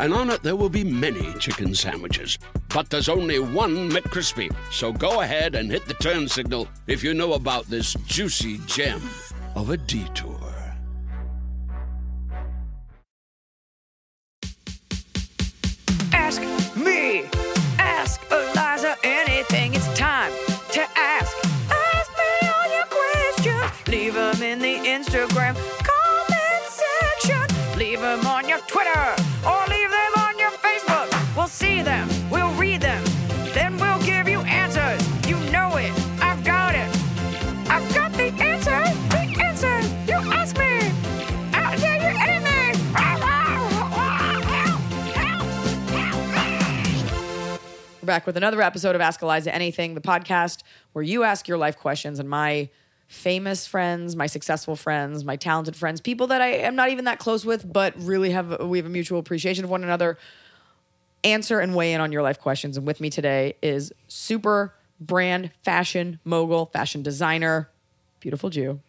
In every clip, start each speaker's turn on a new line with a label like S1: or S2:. S1: and on it there will be many chicken sandwiches. But there's only one McCrispy. So go ahead and hit the turn signal if you know about this juicy gem of a detour.
S2: Ask me. Ask Eliza anything. It's time to ask. Ask me all your questions. Leave them in the Instagram comment section. Leave them on your Twitter or leave them on your Facebook. We'll see them. We'll read them. Then we'll give you answers. You know it. I've got it. I've got the answer. The answer. You ask me. I'll tell you anything.
S3: We're back with another episode of Ask Eliza Anything, the podcast where you ask your life questions and my famous friends, my successful friends, my talented friends, people that I am not even that close with, but really have we have a mutual appreciation of one another, answer and weigh in on your life questions. And with me today is super brand fashion mogul, fashion designer, beautiful Jew,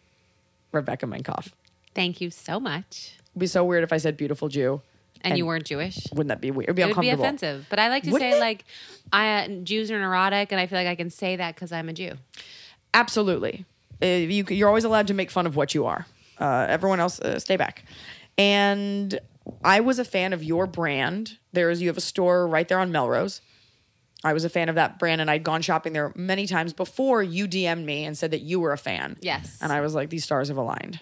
S3: Rebecca Minkoff.
S4: Thank you so much.
S3: It'd be so weird if I said beautiful Jew.
S4: And, you weren't Jewish.
S3: Wouldn't that be weird? It'd be
S4: It would be
S3: uncomfortable.
S4: offensive. But I like to
S3: Wouldn't
S4: say
S3: it?
S4: like I uh, Jews are neurotic, and I feel like I can say that because I'm a Jew.
S3: Absolutely. Uh, you, you're always allowed to make fun of what you are. Uh, everyone else, uh, stay back. And I was a fan of your brand. There is you have a store right there on Melrose. I was a fan of that brand, and I'd gone shopping there many times before you DM'd me and said that you were a fan.
S4: Yes.
S3: And I was like, these stars have aligned.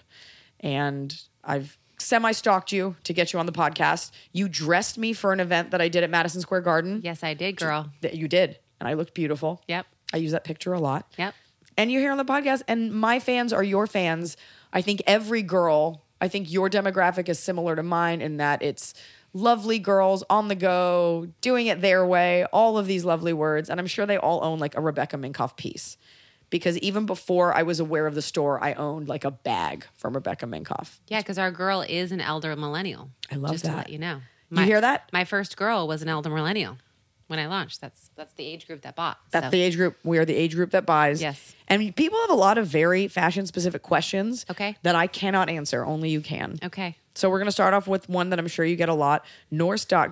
S3: And I've semi stalked you to get you on the podcast. You dressed me for an event that I did at Madison Square Garden.
S4: Yes, I did, girl.
S3: That you did, and I looked beautiful.
S4: Yep.
S3: I use that picture a lot
S4: Yep.
S3: and you're here on the podcast and my fans are your fans i think every girl i think your demographic is similar to mine in that it's lovely girls on the go doing it their way all of these lovely words and i'm sure they all own like a rebecca minkoff piece because even before i was aware of the store i owned like a bag from rebecca minkoff
S4: Yeah, because our girl is an elder millennial.
S3: I love
S4: just
S3: that.
S4: to let you know.
S3: You hear that?
S4: My first girl was an elder millennial when I launched. That's that's the age group that bought.
S3: that's
S4: So,
S3: the age group we are the age group that buys
S4: Yes.
S3: and people have a lot of very fashion specific questions
S4: Okay.
S3: that i cannot answer only you can
S4: okay.
S3: So we're going to start off with one that I'm sure you get a lot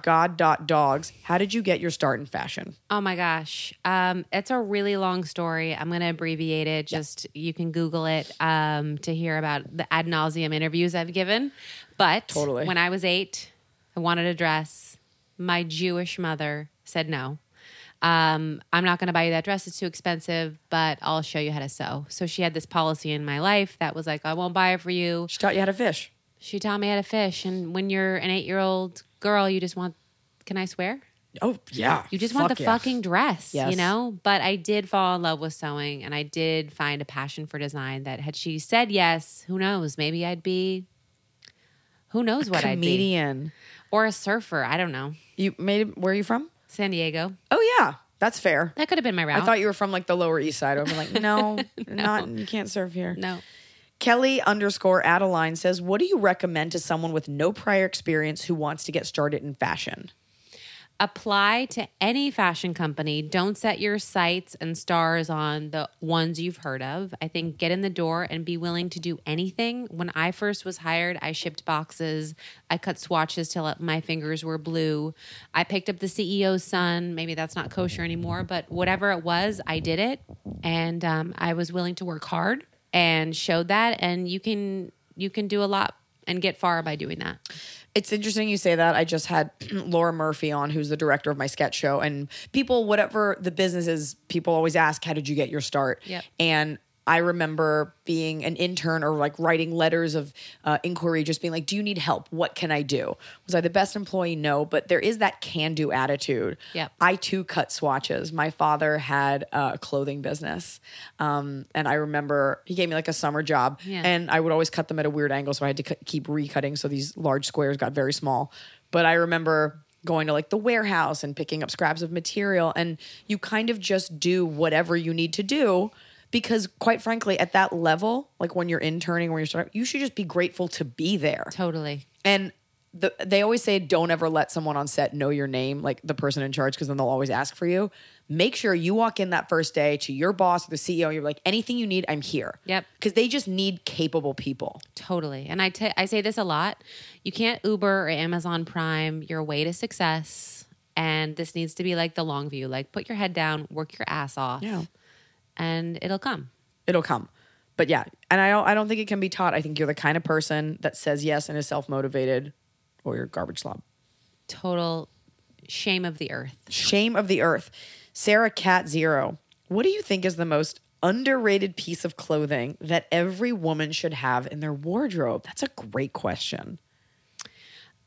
S3: Norse.god.dogs. How did you get your start in fashion?
S4: Oh my gosh. Um, it's a really long story. I'm going to abbreviate it. Just you can Google it um, to hear about the ad nauseum interviews I've given. But
S3: Totally.
S4: when I was eight, I wanted a dress. My Jewish mother said no. Um, I'm not going to buy you that dress. It's too expensive, but I'll show you how to sew. So she had this policy in my life that was like, I won't buy it for you.
S3: She taught you how to fish.
S4: She taught me how to fish. And when you're an eight year old girl, you just want, can I swear?
S3: Oh, yeah.
S4: You just want
S3: Fuck
S4: the
S3: yeah.
S4: fucking dress,
S3: Yes.
S4: you know? But I did fall in love with sewing and I did find a passion for design that had she said yes, who knows? Maybe I'd be who knows what I'd be.
S3: comedian.
S4: Or a surfer, I don't know.
S3: You made where are you from?
S4: San Diego.
S3: Oh yeah. That's fair.
S4: That could have been my route.
S3: I thought you were from like the Lower East Side. I'm like, no, not you can't serve here.
S4: no.
S3: Kelly underscore Adeline says, "What do you recommend to someone with no prior experience who wants to get started in fashion?"
S4: Apply to any fashion company. Don't set your sights and stars on the ones you've heard of. I think get in the door and be willing to do anything. When I first was hired, I shipped boxes. I cut swatches till my fingers were blue. I picked up the CEO's son. Maybe that's not kosher anymore, but whatever it was, I did it. And um, I was willing to work hard and showed that. And you can you can do a lot and get far by doing that.
S3: It's interesting you say that. I just had Laura Murphy on, who's the director of my sketch show. And people, whatever the business is, people always ask, How did you get your start?
S4: Yep.
S3: And I remember being an intern or like writing letters of uh, inquiry, just being like, Do you need help? What can I do? Was I the best employee? No, but there is that can do attitude.
S4: Yep.
S3: I too cut swatches. My father had a clothing business. Um, and I remember he gave me like a summer job
S4: Yeah.
S3: and I would always cut them at a weird angle. So I had to cut, keep recutting. So these large squares got very small. But I remember going to like the warehouse and picking up scraps of material. And you kind of just do whatever you need to do because, quite frankly, at that level, like when you're interning, when you're starting, you should just be grateful to be there.
S4: Totally.
S3: And the, they always say, don't ever let someone on set know your name, like the person in charge, because then they'll always ask for you. Make sure you walk in that first day to your boss or the CEO. You're like, anything you need, I'm here.
S4: Yep.
S3: Because they just need capable people.
S4: Totally. And I, t- I say this a lot. You can't Uber or Amazon Prime your way to success. And this needs to be like the long view. Like put your head down, work your ass off,
S3: Yeah.
S4: and it'll come.
S3: It'll come. But yeah, and I don't, I don't think it can be taught. I think you're the kind of person that says yes and is self motivated, or you're a garbage slob.
S4: Total shame of the earth.
S3: Shame of the earth. Sarah Cat Zero. What do you think is the most underrated piece of clothing that every woman should have in their wardrobe? That's a great question.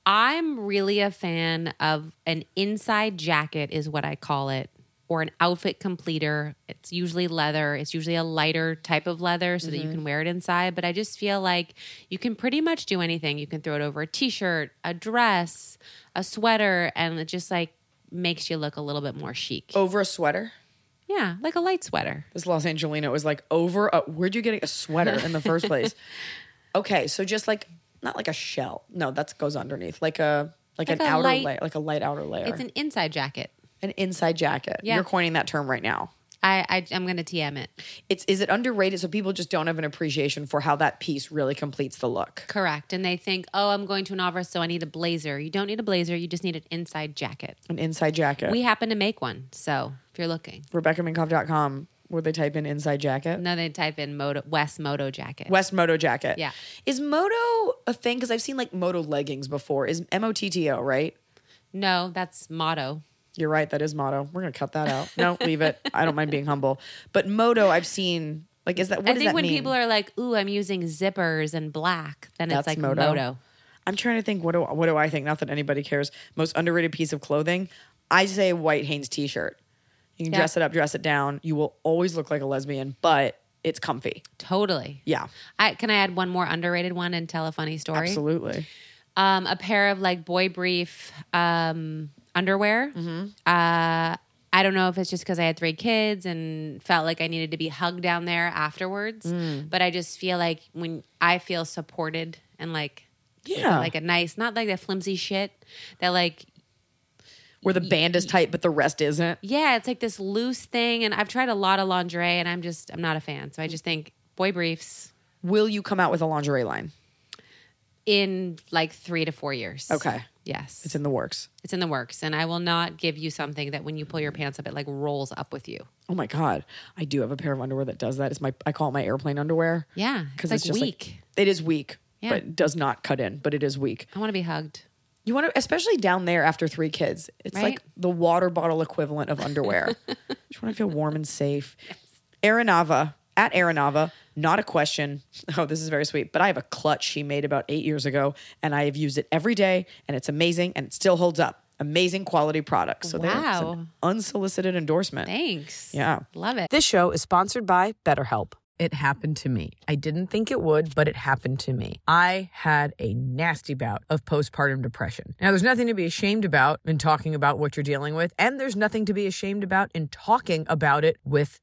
S4: I'm really a fan of an inside jacket, is what I call it, or an outfit completer. It's usually leather, it's usually a lighter type of leather so that you can wear it inside. But I just feel like you can pretty much do anything. You can throw it over a t shirt, a dress, a sweater, and it just like makes you look a little bit more chic.
S3: Over a sweater.
S4: Yeah, like a light sweater.
S3: This Los Angelino was like over. A, where'd you get a sweater in the first place? okay, so just like not like a shell. No, that goes underneath. Like a like,
S4: Like
S3: an
S4: a
S3: outer
S4: light-
S3: layer, like a light outer layer.
S4: It's an inside jacket.
S3: an inside jacket.
S4: Yeah.
S3: You're coining that term right now.
S4: I, I I'm gonna TM it.
S3: It's is it underrated? So people just don't have an appreciation for how that piece really completes the look.
S4: Correct. And they think, oh, I'm going to an office, so I need a blazer. You don't need a blazer, you just need an inside jacket.
S3: An inside jacket.
S4: We happen to make one. So if you're looking,
S3: RebeccaMinkoff.com. Would they type in inside jacket?
S4: no, they type in Moto, West Moto jacket.
S3: West Moto jacket.
S4: Yeah.
S3: Is Moto a thing? Because I've seen like Moto leggings before. Is M O T T O right?
S4: No, that's Motto.
S3: You're right. That is Moto. We're gonna cut that out. No, leave it. I don't mind being humble. But Moto, I've seen. Like, is that what
S4: I
S3: does
S4: think
S3: that
S4: when
S3: mean?
S4: people are like, ooh, I'm using zippers and black, then
S3: That's
S4: it's like
S3: Moto.
S4: Moto.
S3: I'm trying to think. What do what do I think? Not that anybody cares. Most underrated piece of clothing. I say a white Hanes t-shirt. You can
S4: Yeah.
S3: dress it up, dress it down. You will always look like a lesbian, but it's comfy.
S4: Totally.
S3: Yeah,
S4: I, can I add one more underrated one and tell a funny story?
S3: absolutely.
S4: Um, a pair of like boy brief um, underwear. Uh, I don't know if it's just because I had three kids and felt like I needed to be hugged down there afterwards,
S3: Mm.
S4: but I just feel like when I feel supported and like
S3: Yeah,
S4: like a nice, not like that flimsy shit that like
S3: where the band is tight, but the rest isn't.
S4: yeah, it's like this loose thing. And I've tried a lot of lingerie, and I'm just I'm not a fan. So I just think boy briefs
S3: Will you come out with a lingerie line?
S4: in like three to four years.
S3: Okay.
S4: Yes,
S3: It's in the works.
S4: it's in the works, and I will not give you something that when you pull your pants up, it like rolls up with you.
S3: Oh my god, I do have a pair of underwear that does that. It's my I call it my airplane underwear.
S4: Yeah, it's like
S3: just
S4: weak.
S3: it is weak,
S4: Yeah.
S3: but does not cut in. But it is weak.
S4: I want to be hugged.
S3: You want to, especially down there after three kids. It's
S4: Right?
S3: like the water bottle equivalent of underwear. just want to feel warm and safe. Aranava at Aranava. Not a question. Oh, this is very sweet. But I have a clutch she made about eight years ago, and I have used it every day, and it's amazing, and it still holds up. Amazing quality products. So there's
S4: Wow.
S3: an unsolicited endorsement.
S4: Thanks.
S3: Yeah.
S4: love it.
S5: This show is sponsored by BetterHelp. It happened to me. I didn't think it would, but it happened to me. I had a nasty bout of postpartum depression. Now, there's nothing to be ashamed about in talking about what you're dealing with, and there's nothing to be ashamed about in talking about it with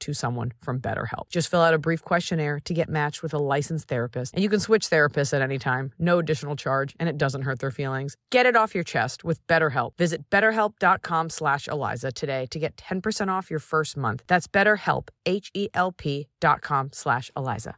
S5: to someone from BetterHelp. Just fill out a brief questionnaire to get matched with a licensed therapist, and you can switch therapists at any time, no additional charge, and it doesn't hurt their feelings. Get it off your chest with BetterHelp. Visit betterhelp.com slash Eliza today to get 10% E off your first month. That's betterhelp, H-E-L-P dot com slash Eliza.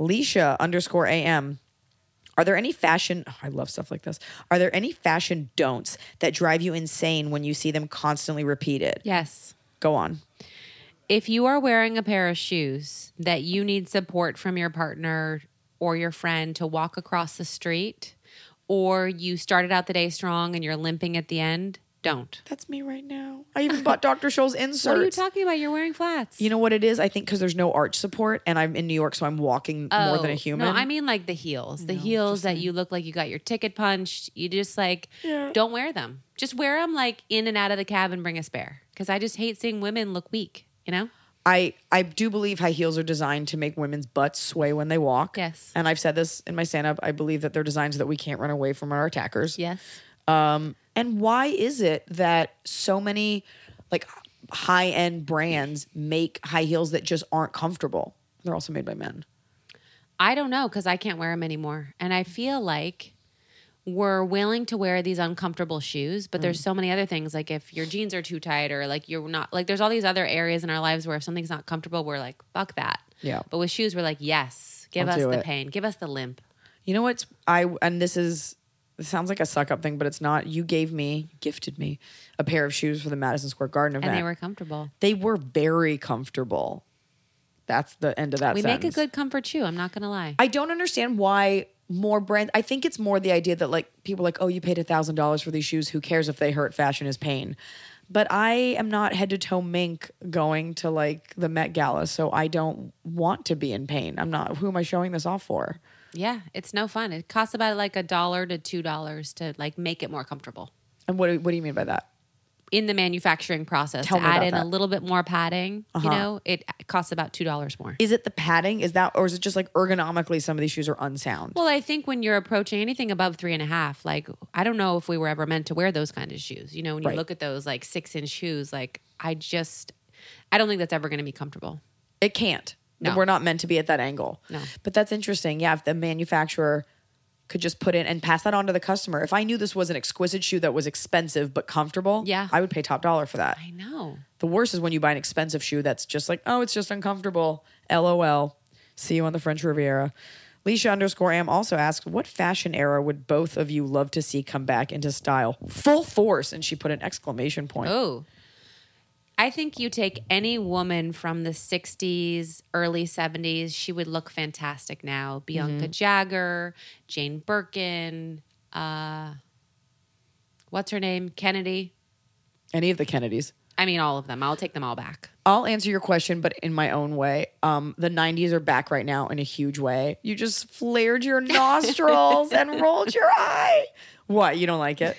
S3: Leisha underscore AM. Are there any fashion? oh, I love stuff like this. Are there any fashion don'ts that drive you insane when you see them constantly repeated?
S4: Yes.
S3: Go on.
S4: If you are wearing a pair of shoes that you need support from your partner or your friend to walk across the street, or you started out the day strong and you're limping at the end, don't.
S3: That's me right now. I even bought Dr. Scholl's inserts.
S4: What are you talking about? You're wearing flats.
S3: You know what it is? I think because there's no arch support, and I'm in New York, so I'm walking more than a
S4: Oh,
S3: human.
S4: No, I mean like the heels. The heels that you look like you got your ticket punched. You just like don't wear them. Just wear them like in and out of the cab and bring a spare. Because I just hate seeing women look weak. You know.
S3: I I do believe high heels are designed to make women's butts sway when they walk.
S4: Yes.
S3: and I've said this in my stand up. I believe that they're designed so that we can't run away from our attackers.
S4: Yes.
S3: Um, and why is it that so many like high end brands make high heels that just aren't comfortable? They're also made by men.
S4: I don't know because I can't wear them anymore, and I feel like we're willing to wear these uncomfortable shoes, but
S3: Mm.
S4: there's so many other things like if your jeans are too tight or like you're not like there's all these other areas in our lives where if something's not comfortable, we're like fuck that.
S3: Yeah.
S4: But with shoes, we're like yes, give
S3: I'll
S4: us
S3: do
S4: the
S3: it.
S4: pain, give us the limp.
S3: You know what's I and this is this sounds like a suck up thing, but it's not. You gave me, gifted me, a pair of shoes for the Madison Square Garden event.
S4: And they were comfortable.
S3: they were very comfortable. That's the end of that.
S4: We make a
S3: sentence.
S4: good comfort shoe. I'm not gonna lie.
S3: I don't understand why more brands. I think it's more the idea that like people are like, oh, you paid a thousand dollars for these shoes. Who cares if they hurt? Fashion is pain. But I am not head to toe mink going to like the Met Gala, so I don't want to be in pain. I'm not. Who am I showing this off for?
S4: yeah, it's no fun. It costs about like a dollar to two dollars to like make it more comfortable
S3: And what do- what do you mean by that?
S4: in the manufacturing process.
S3: Tell
S4: to
S3: me
S4: add
S3: about
S4: in
S3: that. Uh-huh.
S4: a little bit more padding. You know, it costs about two dollars more.
S3: Is it the padding? Is that or is it just like ergonomically some of these shoes are unsound?
S4: Well, I think when you're approaching anything above three and a half, like I don't know if we were ever meant to wear those kind of shoes. You know, when you
S3: Right.
S4: look at those like six inch shoes, like I just, I don't think that's ever going to be comfortable.
S3: It can't.
S4: No.
S3: We're not meant to be at that angle.
S4: No.
S3: But that's interesting. Yeah, if the manufacturer could just put in and pass that on to the customer. If I knew this was an exquisite shoe that was expensive but comfortable,
S4: Yeah.
S3: I would pay top dollar for that.
S4: I know.
S3: The worst is when you buy an expensive shoe that's just like, oh, it's just uncomfortable. LOL. See you on the French Riviera. Leisha underscore am also asked, what fashion era would both of you love to see come back into style? Full force. And she put an exclamation point.
S4: Oh, I think you take any woman from the 60s, early 70s, she would look fantastic now. Bianca Jagger, Jane Birkin, uh, what's her name? Kennedy.
S3: Any of the Kennedys.
S4: I mean, all of them. I'll take them all back.
S3: I'll answer your question, but in my own way. Um, the 90s are back right now in a huge way. You just flared your nostrils and rolled your eye. What? You don't like it?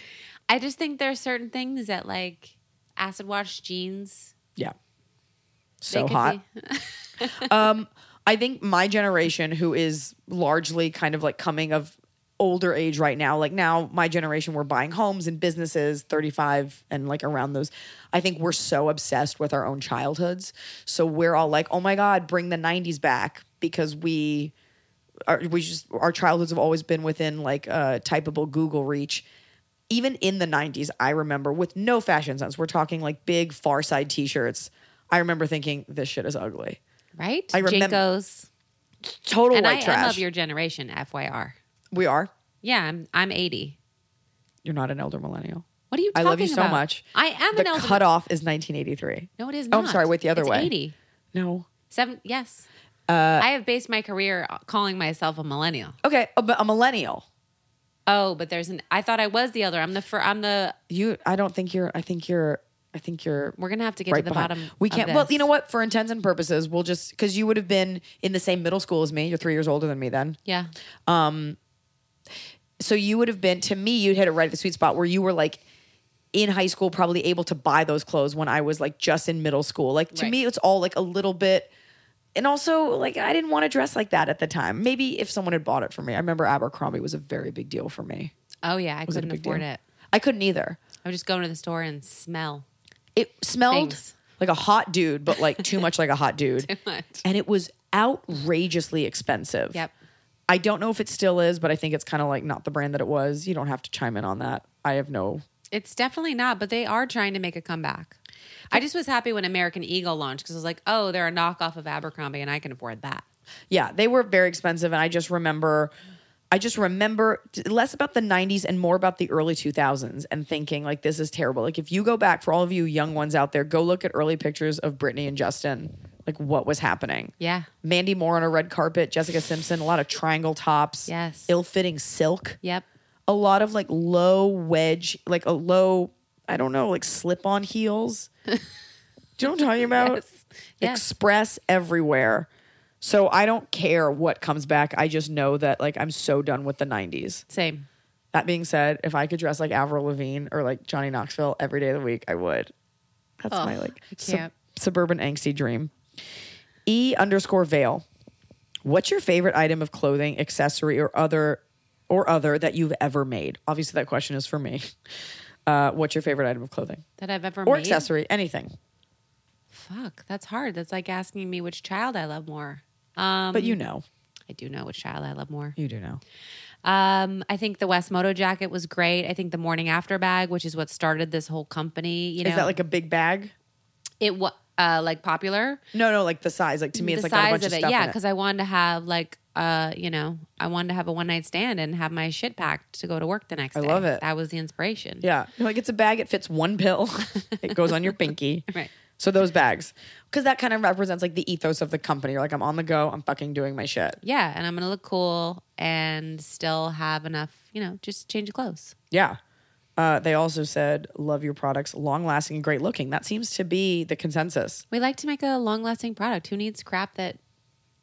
S4: I just think there are certain things that, like, acid wash jeans.
S3: Yeah.
S4: they
S3: So
S4: could
S3: hot.
S4: be-
S3: Um, I think my generation, who is largely kind of like coming of older age right now, like now my generation, we're buying homes and businesses, 35 and like around those. I think we're so obsessed with our own childhoods. So we're all like, oh my God, bring the 90s back because we our, we just our childhoods have always been within like uh, typeable Google reach. Even in the '90s, I remember with no fashion sense. We're talking like big Far Side T-shirts. I remember thinking this shit is ugly.
S4: Right?
S3: I remem-
S4: Jinkos.
S3: Total
S4: And I
S3: white trash.
S4: am of your generation, FYR.
S3: we are.
S4: Yeah, I'm, I'm 80.
S3: You're not an elder millennial.
S4: What are you
S3: I
S4: talking
S3: love you so
S4: about?
S3: much.
S4: I am
S3: the
S4: an elder.
S3: cutoff is 1983.
S4: No, it is
S3: Oh,
S4: not.
S3: I'm sorry, wait, the other
S4: It's
S3: way.
S4: 80.
S3: No.
S4: Seven, yes.
S3: Uh,
S4: I have based my career calling myself a millennial.
S3: Okay, oh, but a millennial.
S4: Oh, but there's an. I thought I was the other. I'm the. Fir, I'm the.
S3: You. I don't think you're. I think you're. I think you're.
S4: We're gonna have to get to the
S3: behind.
S4: bottom.
S3: We
S4: of
S3: can't.
S4: this.
S3: Well, you know what? For intents and purposes, we'll just because you would have been in the same middle school as me. You're three years older than me then.
S4: Yeah.
S3: So you would have been to me. You'd hit it right at the sweet spot where you were like in high school, probably able to buy those clothes when I was like just in middle school. Like to
S4: Right.
S3: me, it's all like a little bit. And also, like I didn't want to dress like that at the time. Maybe if someone had bought it for me, I remember Abercrombie was a very big deal for me.
S4: Oh yeah. I
S3: Was it a
S4: couldn't
S3: big
S4: afford
S3: deal?
S4: it.
S3: I couldn't either.
S4: I would just go into the store and smell.
S3: It smelled
S4: Things.
S3: like a hot dude, but like too much like a hot dude.
S4: Too much.
S3: And it was outrageously expensive.
S4: Yep.
S3: I don't know if it still is, but I think it's kind of like not the brand that it was. You don't have to chime in on that. I have no.
S4: It's definitely not. But they are trying to make a comeback. I just was happy when American Eagle launched because I was like, oh, they're a knockoff of Abercrombie, and I can afford that.
S3: Yeah, they were very expensive. And I just remember, I just remember t- less about the 90s and more about the early 2000s and thinking like, this is terrible. Like, if you go back, for all of you young ones out there, go look at early pictures of Britney and Justin, like what was happening.
S4: Yeah.
S3: Mandy Moore on a red carpet, Jessica Simpson, a lot of triangle tops,
S4: Yes.
S3: ill-fitting silk,
S4: Yep.
S3: a lot of like low wedge, like a low, I don't know, like slip-on heels. Do you know what I'm talking about?
S4: Yes.
S3: Express everywhere. So I don't care what comes back. I just know that like I'm so done with the 90s.
S4: Same.
S3: That being said, if I could dress like Avril Lavigne or like Johnny Knoxville every day of the week, I would. That's my like sub-
S4: can't.
S3: suburban angsty dream. E underscore veil. What's your favorite item of clothing, accessory, or other or other that you've ever made? Obviously, that question is for me. Uh, what's your favorite item of clothing
S4: That I've ever
S3: or
S4: made.
S3: accessory? Anything,
S4: Fuck, that's hard. That's like asking me which child I love more. Um,
S3: but you know,
S4: I do know which child I love more.
S3: you do know.
S4: Um, I think the West Moto jacket was great. I think the morning after bag, which is what started this whole company, you know,
S3: Is that like a big bag?
S4: it was uh, like popular.
S3: No, no, like the size. Like to me, it's
S4: the
S3: like got a bunch of,
S4: it,
S3: stuff.
S4: yeah,
S3: because
S4: because I wanted to have like uh, you know, I wanted to have a one night stand and have my shit packed to go to work the next
S3: I
S4: day.
S3: love it.
S4: That was the inspiration.
S3: yeah, You're like it's a bag. It fits one pill. it goes on your pinky.
S4: Right.
S3: So those bags, because that kind of represents like the ethos of the company. You're like, I'm on the go. I'm fucking doing my shit.
S4: Yeah, and I'm gonna look cool and still have enough, you know, just change of clothes.
S3: Yeah. Uh, they also said, love your products, long lasting, and great looking. That seems to be the consensus.
S4: We like to make a long lasting product. Who needs crap that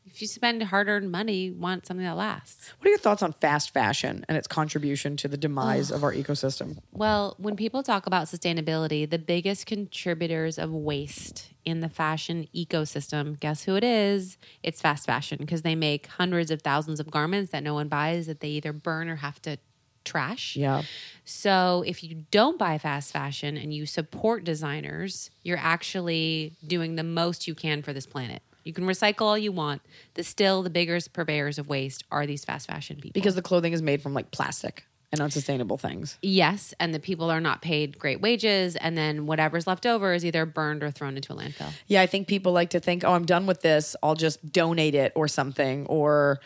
S4: if you spend hard earned money, you want something that lasts?
S3: What are your thoughts on fast fashion and its contribution to the demise of our ecosystem?
S4: Well, when people talk about sustainability, the biggest contributors of waste in the fashion ecosystem, guess who it is? It's fast fashion because they make hundreds of thousands of garments that no one buys that they either burn or have to trash.
S3: Yeah.
S4: So if you don't buy fast fashion and you support designers, you're actually doing the most you can for this planet. You can recycle all you want. The still the biggest purveyors of waste are these fast fashion people.
S3: Because the clothing is made from like plastic and unsustainable things.
S4: yes, and the people are not paid great wages, and then whatever's left over is either burned or thrown into a landfill.
S3: Yeah, I think people like to think, oh, I'm done with this. I'll just donate it or something, or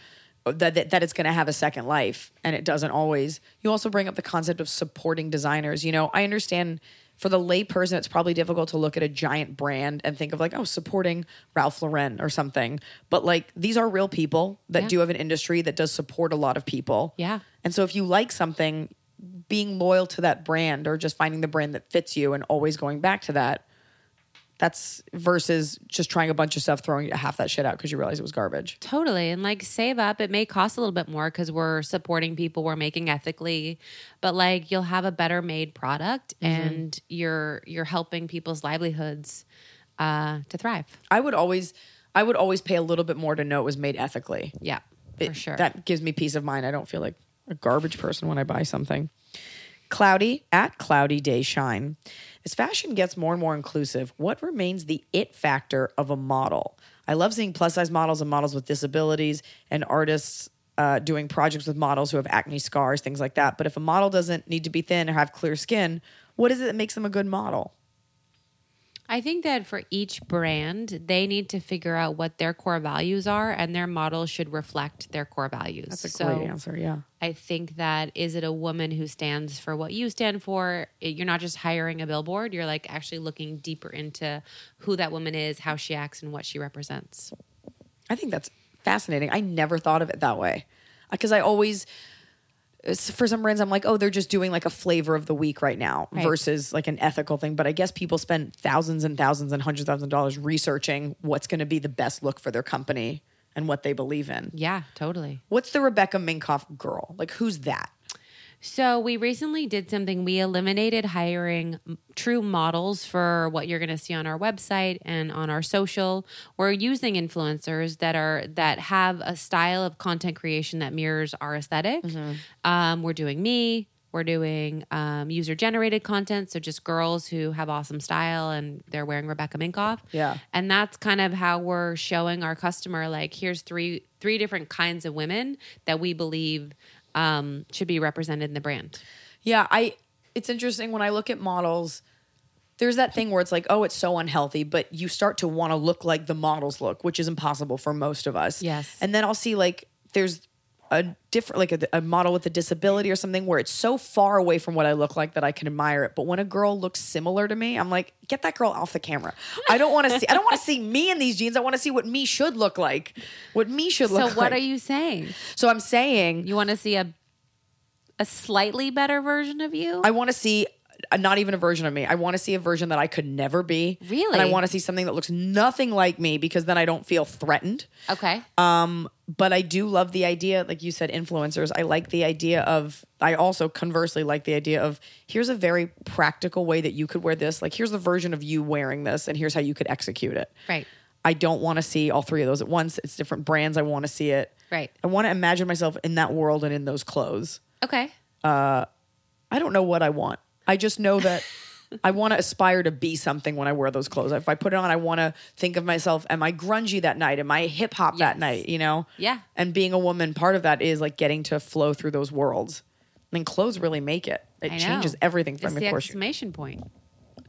S3: that, that, that it's going to have a second life. And it doesn't always. You also bring up the concept of supporting designers. You know, I understand for the layperson, it's probably difficult to look at a giant brand and think of like, oh, supporting Ralph Lauren or something. But like these are real people that do have an industry that does support a lot of people.
S4: Yeah.
S3: And so if you like something, being loyal to that brand or just finding the brand that fits you and always going back to that, that's versus just trying a bunch of stuff, throwing half that shit out because you realize it was garbage.
S4: Totally. And like save up. It may cost a little bit more because we're supporting people, we're making ethically, but like you'll have a better made product and you're you're helping people's livelihoods uh to thrive.
S3: I would always, I would always pay a little bit more to know it was made ethically.
S4: Yeah. for
S3: It-
S4: sure.
S3: That gives me peace of mind. I don't feel like a garbage person when I buy something. Cloudy at Cloudy Day Shine. As fashion gets more and more inclusive, what remains the it factor of a model? I love seeing plus size models and models with disabilities and artists uh, doing projects with models who have acne scars, things like that. But if a model doesn't need to be thin or have clear skin, what is it that makes them a good model?
S4: I think that for each brand, they need to figure out what their core values are and their model should reflect their core values. That's
S3: It's a great answer. Yeah.
S4: I think that is it a woman who stands for what you stand for? It- You're not just hiring a billboard, you're like actually looking deeper into who that woman is, how she acts, and what she represents.
S3: I think that's fascinating. I never thought of it that way because I always, it's- for some brands, I'm like, oh, they're just doing like a flavor of the week right now versus like an ethical thing. But I guess people spend thousands and thousands and hundreds of thousands of dollars researching what's going to be the best look for their company and what they believe in.
S4: Yeah, totally.
S3: What's the Rebecca Minkoff girl? Like, who's that?
S4: So we recently did something. We eliminated hiring m- true models for what you're going to see on our website and on our social. We're using influencers that are that have a style of content creation that mirrors our esthetic Um, we're doing me. We're doing um, user generated content, so just girls who have awesome style and they're wearing Rebecca Minkoff.
S3: Yeah.
S4: and that's kind of how we're showing our customer like here's three three different kinds of women that we believe um, should be represented in the brand
S3: Yeah, I it's interesting when I look at models, there's that thing where it's like, oh, it's so unhealthy, but you start to want to look like the models look, which is impossible for most of us.
S4: Yes.
S3: And then I'll see like there's a different like a, a model with a disability or something where it's so far away from what I look like that I can admire it. But when a girl looks similar to me, I'm like, get that girl off the camera. I don't want to see I don't want to see me in these jeans. I want to see what me should look like. What me should
S4: so
S3: look like.
S4: what are you saying
S3: So I'm saying
S4: you want to see a a slightly better version of you
S3: I want to see a, not even a version of me. I want to see a version that I could never be.
S4: Really?
S3: And I want to see something that looks nothing like me because then I don't feel threatened.
S4: okay
S3: Uh, But I do love the idea, like you said, influencers. I like the idea of, I also conversely like the idea of here's a very practical way that you could wear this. Like, here's the version of you wearing this, and here's how you could execute it.
S4: Right.
S3: I don't want to see all three of those at once. It's different brands. I want to see it.
S4: Right.
S3: I want to imagine myself in that world and in those clothes.
S4: okay
S3: I don't know what I want. I just know that I want to aspire to be something when I wear those clothes. If I put it on, I want to think of myself, am I grungy that night? Am I hip hop that
S4: Yes.
S3: night? You know?
S4: Yeah.
S3: And being a woman, part of that is like getting to flow through those worlds. I mean, clothes really make it. It
S4: I know.
S3: changes everything
S4: it's
S3: from
S4: the
S3: your course
S4: exclamation point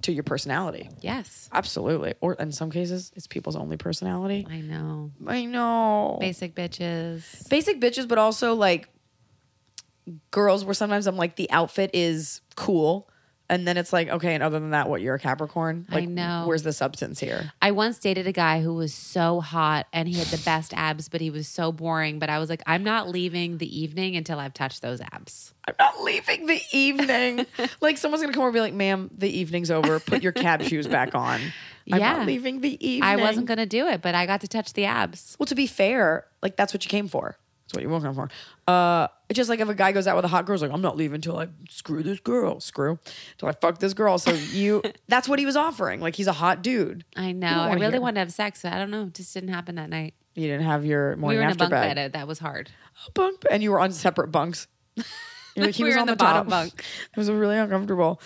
S3: to your personality.
S4: yes
S3: Absolutely. Or in some cases, it's people's only personality.
S4: i know
S3: I know.
S4: basic bitches
S3: basic bitches, but also like girls where sometimes I'm like the outfit is cool. And then it's like, okay, and other than that, what, you're a Capricorn?
S4: I
S3: Like
S4: know.
S3: where's the substance here?
S4: I once dated a guy who was so hot and he had the best abs, but he was so boring. But I was like, I'm not leaving the evening until I've touched those abs.
S3: I'm not leaving the evening. like someone's gonna come over and be like, ma'am, the evening's over. Put your cab shoes back on. I'm
S4: Yeah.
S3: not leaving the evening.
S4: I wasn't going to do it, but I got to touch the abs.
S3: Well, to be fair, like that's what you came for. That's what you woke up for. Uh, it's just like if a guy goes out with a hot girl, he's like, I'm not leaving until I screw this girl, screw till I fuck this girl. So you, that's what he was offering. Like he's a hot dude.
S4: I know.
S3: don't
S4: I
S3: wanna
S4: really
S3: hear.
S4: wanted to have sex, but I don't know. It just didn't happen that night.
S3: You didn't have your
S4: We
S3: morning
S4: were in a
S3: after
S4: bunk
S3: bed.
S4: bed. That was hard.
S3: Bunk- and you were on separate bunks. You know, he
S4: We
S3: was
S4: were
S3: on
S4: in
S3: the,
S4: the bottom
S3: top.
S4: bunk.
S3: It was really uncomfortable.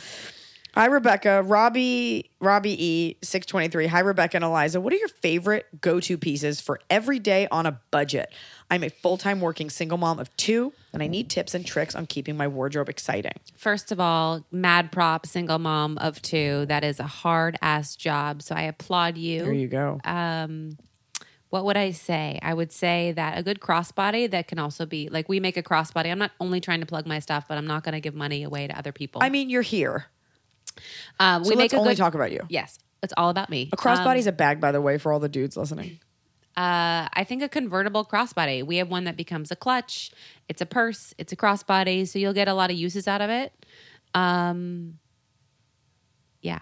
S3: Hi, Rebecca. Robbie, Robbie E, 623. Hi, Rebecca and Eliza. What are your favorite go to pieces for every day on a budget? I'm a full time working single mom of two, and I need tips and tricks on keeping my wardrobe exciting.
S4: First of all, mad prop, single mom of two. That is a hard ass job. So I applaud you.
S3: There you go.
S4: What would I say? I would say that a good crossbody that can also be like we make a crossbody. I'm not only trying to plug my stuff, but I'm not going to give money away to other people.
S3: I mean, you're here.
S4: Um,
S3: So
S4: we
S3: let's
S4: make a
S3: only
S4: good, Um,
S3: talk about you.
S4: Yes, it's all about me.
S3: A crossbody's a bag, by the way, for all the dudes listening.
S4: Uh, I think a convertible crossbody. We have one that becomes a clutch. It's a purse. It's a crossbody. So you'll get a lot of uses out of it. Um, yeah.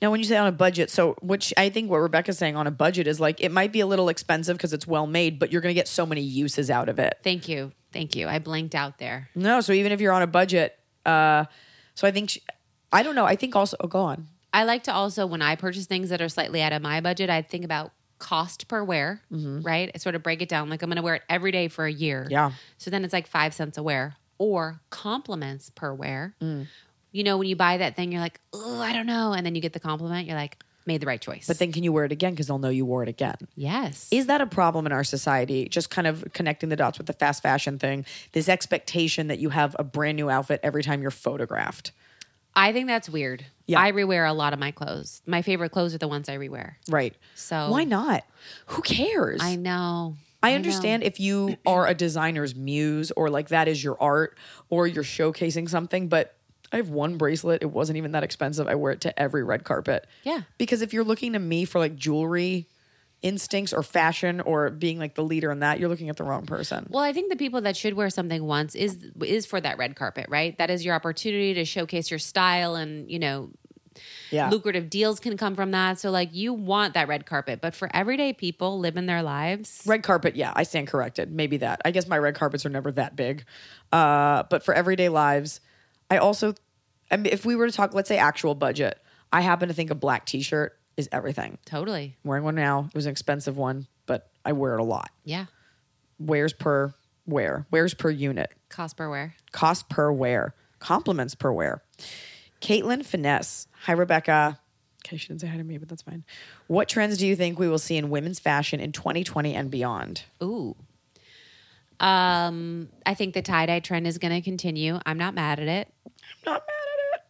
S3: Now, when you say on a budget, so which I think what Rebecca's saying on a budget is like it might be a little expensive because it's well made, but you're going to get so many uses out of it.
S4: Thank you. Thank you. I blinked out there.
S3: No, so even if you're on a budget, uh, so I think she, I don't know. I think also. Oh, go on.
S4: I like to also, when I purchase things that are slightly out of my budget, I think about cost per wear, right? I sort of break it down like I'm going to wear it every day for a year.
S3: Mm-hmm. Yeah.
S4: So then it's like five cents a wear or compliments per wear.
S3: Mm.
S4: You know, when you buy that thing, you're like, oh, I don't know. And then you get the compliment, you're like, made the right choice.
S3: But then can you wear it again? Because they'll know you wore it again.
S4: yes.
S3: Is that a problem in our society? Just kind of connecting the dots with the fast fashion thing, this expectation that you have a brand new outfit every time you're photographed.
S4: I think that's weird.
S3: Yeah.
S4: I rewear a lot of my clothes. My favorite clothes are the ones I rewear.
S3: Right.
S4: So-
S3: why not? Who cares?
S4: I know.
S3: I
S4: know.
S3: understand if you are a designer's muse or like that is your art or you're showcasing something, but I have one bracelet. It wasn't even that expensive. I wear it to every red carpet.
S4: Yeah.
S3: Because if you're looking to me for like jewelry instincts or fashion or being like the leader in that, you're looking at the wrong person.
S4: Well, I think the people that should wear something once is is for that red carpet, right? That is your opportunity to showcase your style and, you know,
S3: yeah.
S4: lucrative deals can come from that. So like you want that red carpet, but for everyday people living their lives,
S3: Red carpet, yeah, I stand corrected. Maybe that. I guess my red carpets are never that big. Uh, but for everyday lives, I also, I mean, if we were to talk, let's say actual budget, I happen to think a black t shirt is everything.
S4: totally.
S3: I'm wearing one now. It was an expensive one, but I wear it a lot.
S4: Yeah.
S3: Wears per wear, wears per unit,
S4: Cost per wear.
S3: cost per wear, compliments per wear. Caitlin Finesse. Hi, Rebecca. Okay, she didn't say hi to me, but that's fine. What trends do you think we will see in women's fashion in 2020 and beyond?
S4: Ooh. Um, I think the tie-dye trend is going to continue. I'm not mad at it.
S3: not mad at it.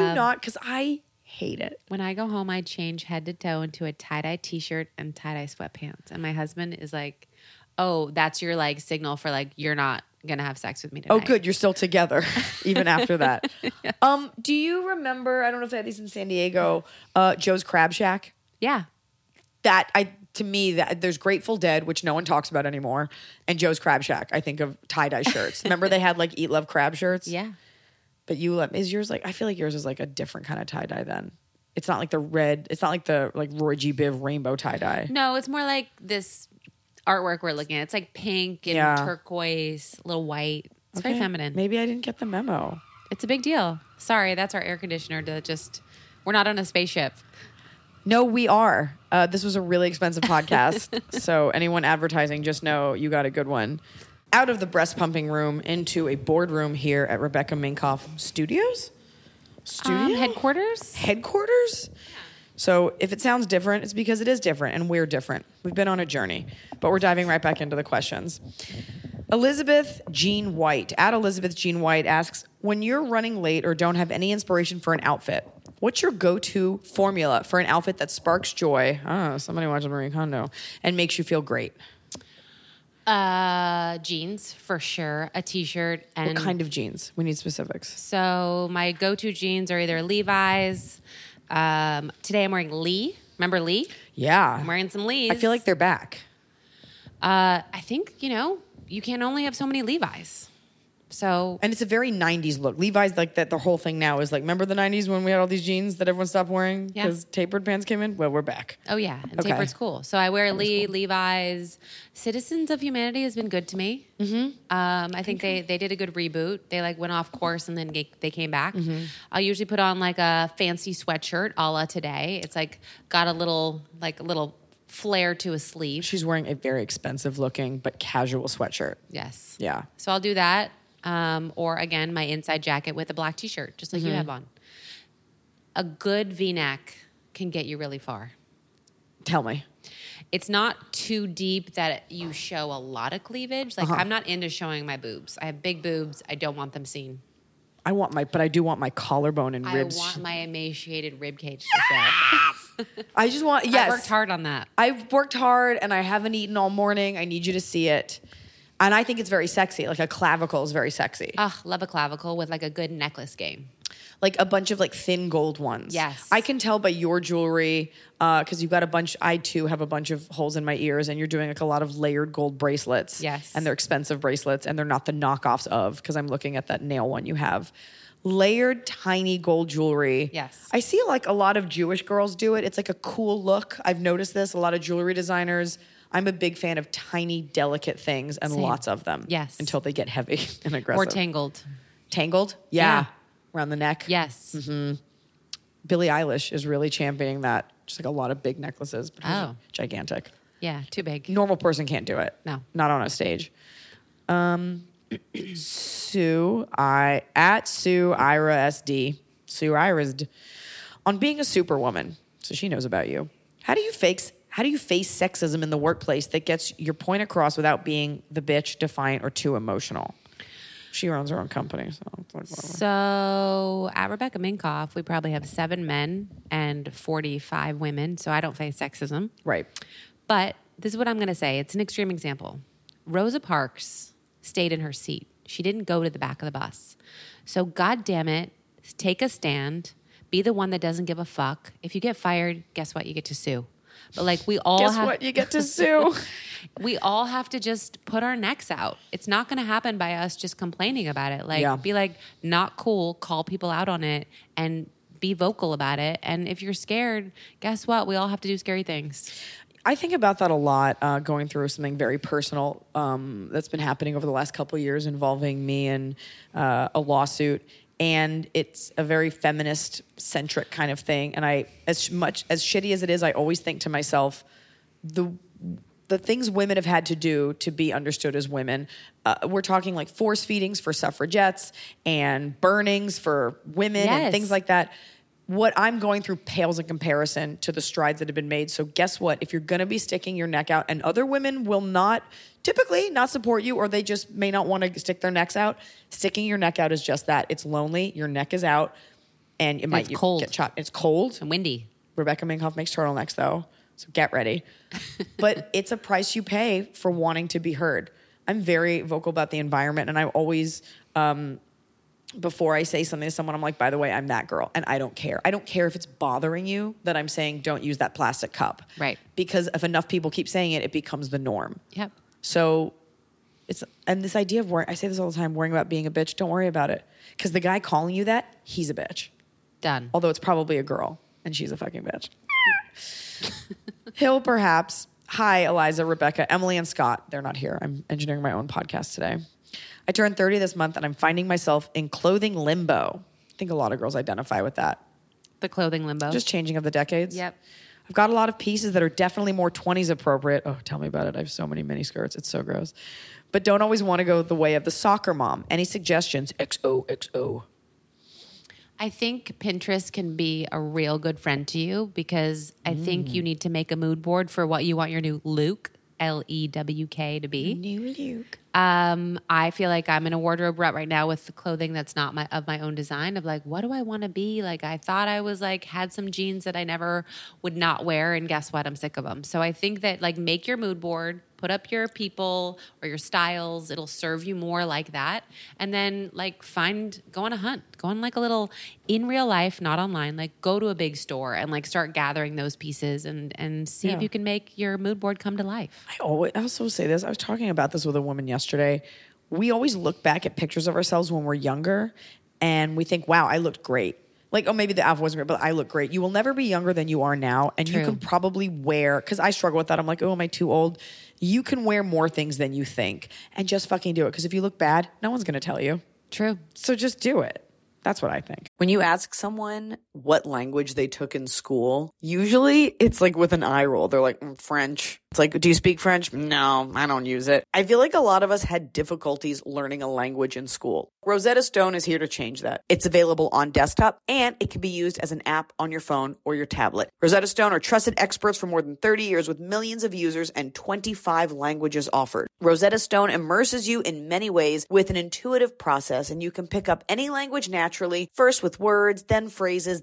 S3: Are you not? Because I hate it.
S4: When I go home, I change head to toe into a tie dye t shirt and tie dye sweatpants. And my husband is like, oh, that's your like signal for like, you're not going to have sex with me tonight.
S3: Oh, good, you're still together even after that. Um, do you remember? I don't know if they had these in San Diego. Uh, Joe's Crab Shack.
S4: Yeah.
S3: That I to me that there's Grateful Dead, which no one talks about anymore, and Joe's Crab Shack. I think of tie dye shirts. remember they had like Eat Love Crab shirts.
S4: Yeah.
S3: But you let is yours like I feel like yours is like a different kind of tie dye. Then it's not like the red. It's not like the like Roy G. Biv rainbow tie dye.
S4: No, it's more like this artwork we're looking at. It's like pink and
S3: Yeah.
S4: turquoise, a little white. It's very
S3: Okay,
S4: feminine.
S3: Maybe I didn't get the memo.
S4: It's a big deal. Sorry, that's our air conditioner that just, we're not on a spaceship.
S3: No, we are. Uh, this was a really expensive podcast. so, anyone advertising, just know you got a good one. Out of the breast pumping room into a boardroom here at Rebecca Minkoff Studios? Studio?
S4: Um, headquarters?
S3: Headquarters? So, if it sounds different, it's because it is different and we're different. We've been on a journey, but we're diving right back into the questions. Elizabeth Jean White, at Elizabeth Jean White asks When you're running late or don't have any inspiration for an outfit, what's your go to formula for an outfit that sparks joy? Oh, somebody watches Marie Kondo and makes you feel great.
S4: Uh, jeans for sure, a t shirt, and
S3: What kind of jeans? We need specifics.
S4: So my go-to jeans are either Levi's. Um, today I'm wearing Lee. Remember Lee? I'm
S3: Yeah.
S4: wearing some Lees.
S3: I feel like they're back.
S4: Uh, I think you know you can only have so many Levi's. So
S3: And it's a very 90s look. Levi's like that the whole thing now is like remember the 90s when we had all these jeans that everyone stopped wearing
S4: Yeah.
S3: cuz tapered pants came in? Well, we're back.
S4: oh yeah, and
S3: Okay.
S4: tapered's cool. So I wear Lee, Levi's. Citizens of Humanity has been good to me. Mm-hmm. Um, I think they they did a good reboot. They like went off course and then ga- they came back.
S3: Mm-hmm.
S4: I'll usually put on like a fancy sweatshirt, a la today. It's like got a little like a little flare to a sleeve.
S3: She's wearing a very expensive looking but casual sweatshirt.
S4: Yes.
S3: Yeah.
S4: So I'll do that. Um, or again, my inside jacket with a black t shirt, just like you
S3: Mm-hmm.
S4: have on. A good v neck can get you really far.
S3: Tell me.
S4: It's not too deep that you show a lot of cleavage. Like,
S3: Uh-huh.
S4: I'm not into showing my boobs. I have big boobs. I don't want them seen.
S3: I want my but I do want my collarbone and ribs.
S4: I want my emaciated rib cage to show.
S3: I just want yes.
S4: I worked hard on that.
S3: I've worked hard and I haven't eaten all morning. I need you to see it. And I think it's very sexy. Like a clavicle is very sexy.
S4: Ugh, love a clavicle with like a good necklace game.
S3: like a bunch of like thin gold ones.
S4: Yes.
S3: I can tell by your jewelry because you've got a bunch. I too have a bunch of holes in my ears, and you're doing like a lot of layered gold bracelets.
S4: Yes.
S3: and they're expensive bracelets, and they're not the knockoffs of. Because I'm looking at that nail one you have. Layered tiny gold jewelry.
S4: Yes.
S3: I see like a lot of Jewish girls do it. It's like a cool look. I've noticed this. A lot of jewelry designers. I'm a big fan of tiny, delicate things and lots of them.
S4: Yes.
S3: Until they get heavy and aggressive.
S4: Or tangled.
S3: Tangled?
S4: Yeah.
S3: Around the neck.
S4: Yes.
S3: Mm-hmm. Billie Eilish is really championing that. Just like a lot of big necklaces, but hers are
S4: Oh.
S3: gigantic.
S4: Yeah, too big.
S3: Normal person can't do it.
S4: No.
S3: not on a stage. Um, Sue, I at Sue Ira SD Sue Ira's d- on being a superwoman. So she knows about you. How do you fix? How do you face sexism in the workplace that gets your point across without being the bitch, defiant, or too emotional? She runs her own company, so it's like, whatever.
S4: So at Rebecca Minkoff, we probably have seven men and 45 women. So I don't face sexism.
S3: right.
S4: But this is what I'm going to say. It's an extreme example. Rosa Parks stayed in her seat. She didn't go to the back of the bus. So god damn it, take a stand. Be the one that doesn't give a fuck. If you get fired, guess what? You get to sue. But like we all
S3: Guess
S4: have,
S3: what? You get to sue.
S4: we all have to just put our necks out. It's not going to happen by us just complaining about it. Like,
S3: Yeah.
S4: be like, not cool, call people out on it and be vocal about it. And if you're scared, guess what? We all have to do scary things.
S3: I think about that a lot, uh, going through something very personal um, that's been happening over the last couple of years involving me and uh, a lawsuit. And it's a very feminist centric kind of thing. And I, as much as shitty as it is, I always think to myself, the the things women have had to do to be understood as women. Uh, we're talking like force feedings for suffragettes and burnings for women and
S4: Yes.
S3: things like that. What I'm going through pales in comparison to the strides that have been made. So, guess what? If you're going to be sticking your neck out, and other women will not typically not support you, or they just may not want to stick their necks out, sticking your neck out is just that. It's lonely. Your neck is out, and it might
S4: it's
S3: you
S4: cold.
S3: get chopped. It's cold.
S4: And Wendy,
S3: Rebecca Minkoff makes turtlenecks though, so get ready. but it's a price you pay for wanting to be heard. I'm very vocal about the environment, and I always, um, before I say something to someone, I'm like, by the way, I'm that girl, and I don't care. I don't care if it's bothering you that I'm saying don't use that plastic cup,
S4: Right.
S3: Because if enough people keep saying it, it becomes the norm.
S4: Yep.
S3: So it's and this idea of worrying. I say this all the time, worrying about being a bitch. Don't worry about it, because the guy calling you that, he's a bitch
S4: done.
S3: although it's probably a girl and she's a fucking bitch. Hill, perhaps. Hi, Eliza, Rebecca, Emily, and Scott. They're not here. I'm engineering my own podcast today. I turned 30 this month and I'm finding myself in clothing limbo. I think a lot of girls identify with that.
S4: The clothing limbo.
S3: Just changing of the decades.
S4: Yep.
S3: I've got a lot of pieces that are definitely more 20s appropriate. Oh, tell me about it. I have so many mini skirts. It's so gross. But don't always want to go the way of the soccer mom. Any suggestions? XOXO.
S4: I think Pinterest can be a real good friend to you because I think you need to make a mood board for what you want your new Luke, L E W K, to be. New Luke. Um, I feel like I'm in a wardrobe rut right now with the clothing that's not my of my own design. Of like, what do I want to be? Like, I thought I was like had some jeans that I never would not wear, and guess what? I'm sick of them. So I think that like make your mood board, put up your people or your styles it'll serve you more like that and then like find go on a hunt go on like a little in real life not online like go to a big store and like start gathering those pieces and and see if you can make your mood board come to life
S3: I always I also say this. I was talking about this with a woman yesterday. We always look back at pictures of ourselves when we're younger and we think, wow, I looked great. Like, oh, maybe the outfit wasn't great, but I look great. You will never be younger than you are now. And you
S4: True.
S3: can probably wear, because I struggle with that. I'm like, oh, am I too old? You can wear more things than you think and just fucking do it. Because if you look bad, no one's going to tell you.
S4: true
S3: So just do it. That's what I think.
S5: When you ask someone what language they took in school, usually it's like with an eye roll. They're like, "Mm, French. It's like, do you speak French? No, I don't use it. I feel like a lot of us had difficulties learning a language in school. Rosetta Stone is here to change that. It's available on desktop and it can be used as an app on your phone or your tablet. Rosetta Stone are trusted experts for more than 30 years with millions of users and 25 languages offered. Rosetta Stone immerses you in many ways with an intuitive process, and you can pick up any language naturally, first with words, then phrases,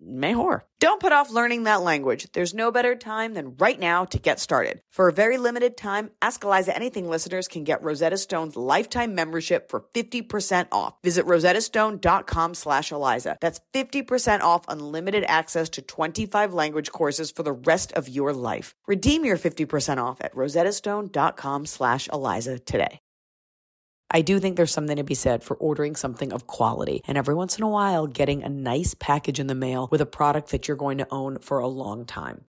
S3: Mejor. Don't put off learning that language. There's no better time than right now to get started. For a very limited time, Ask Eliza Anything listeners can get Rosetta Stone's lifetime membership for 50% off. Visit rosettastone.com slash Eliza. That's 50% off unlimited access to 25 language courses for the rest of your life. Redeem your 50% off at rosettastone.com slash Eliza today. I do think there's something to be said for ordering something of quality and every once in a while getting a nice package in the mail with a product that you're going to own for a long time.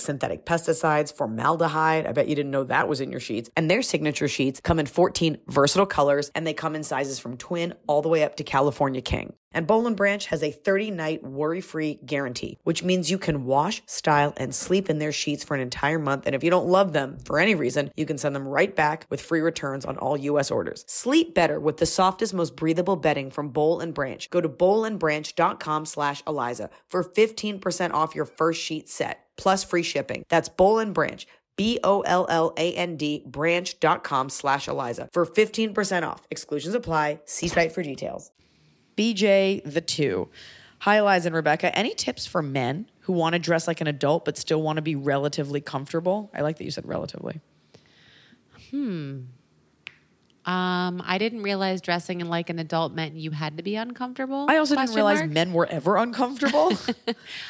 S3: synthetic pesticides, formaldehyde. I bet you didn't know that was in your sheets. And their signature sheets come in 14 versatile colors, and they come in sizes from twin all the way up to California King. And Bolin Branch has a 30 night worry free guarantee, which means you can wash, style, and sleep in their sheets for an entire month. And if you don't love them for any reason, you can send them right back with free returns on all U.S. orders. Sleep better with the softest, most breathable bedding from Bowl and Branch. Go to bowlandbranch.com slash Eliza for 15% off your first sheet set, plus free shipping. That's Bowl and Branch. B O L L A N D branch.com slash Eliza for 15% off. Exclusions apply. See site for details. BJ the two. Hi, Eliza and Rebecca. Any tips for men who want to dress like an adult but still want to be relatively comfortable? I like that you said relatively.
S4: Um, I didn't realize dressing in like an adult meant you had to be uncomfortable.
S3: I also didn't
S4: Question
S3: realize
S4: mark.
S3: men were ever uncomfortable.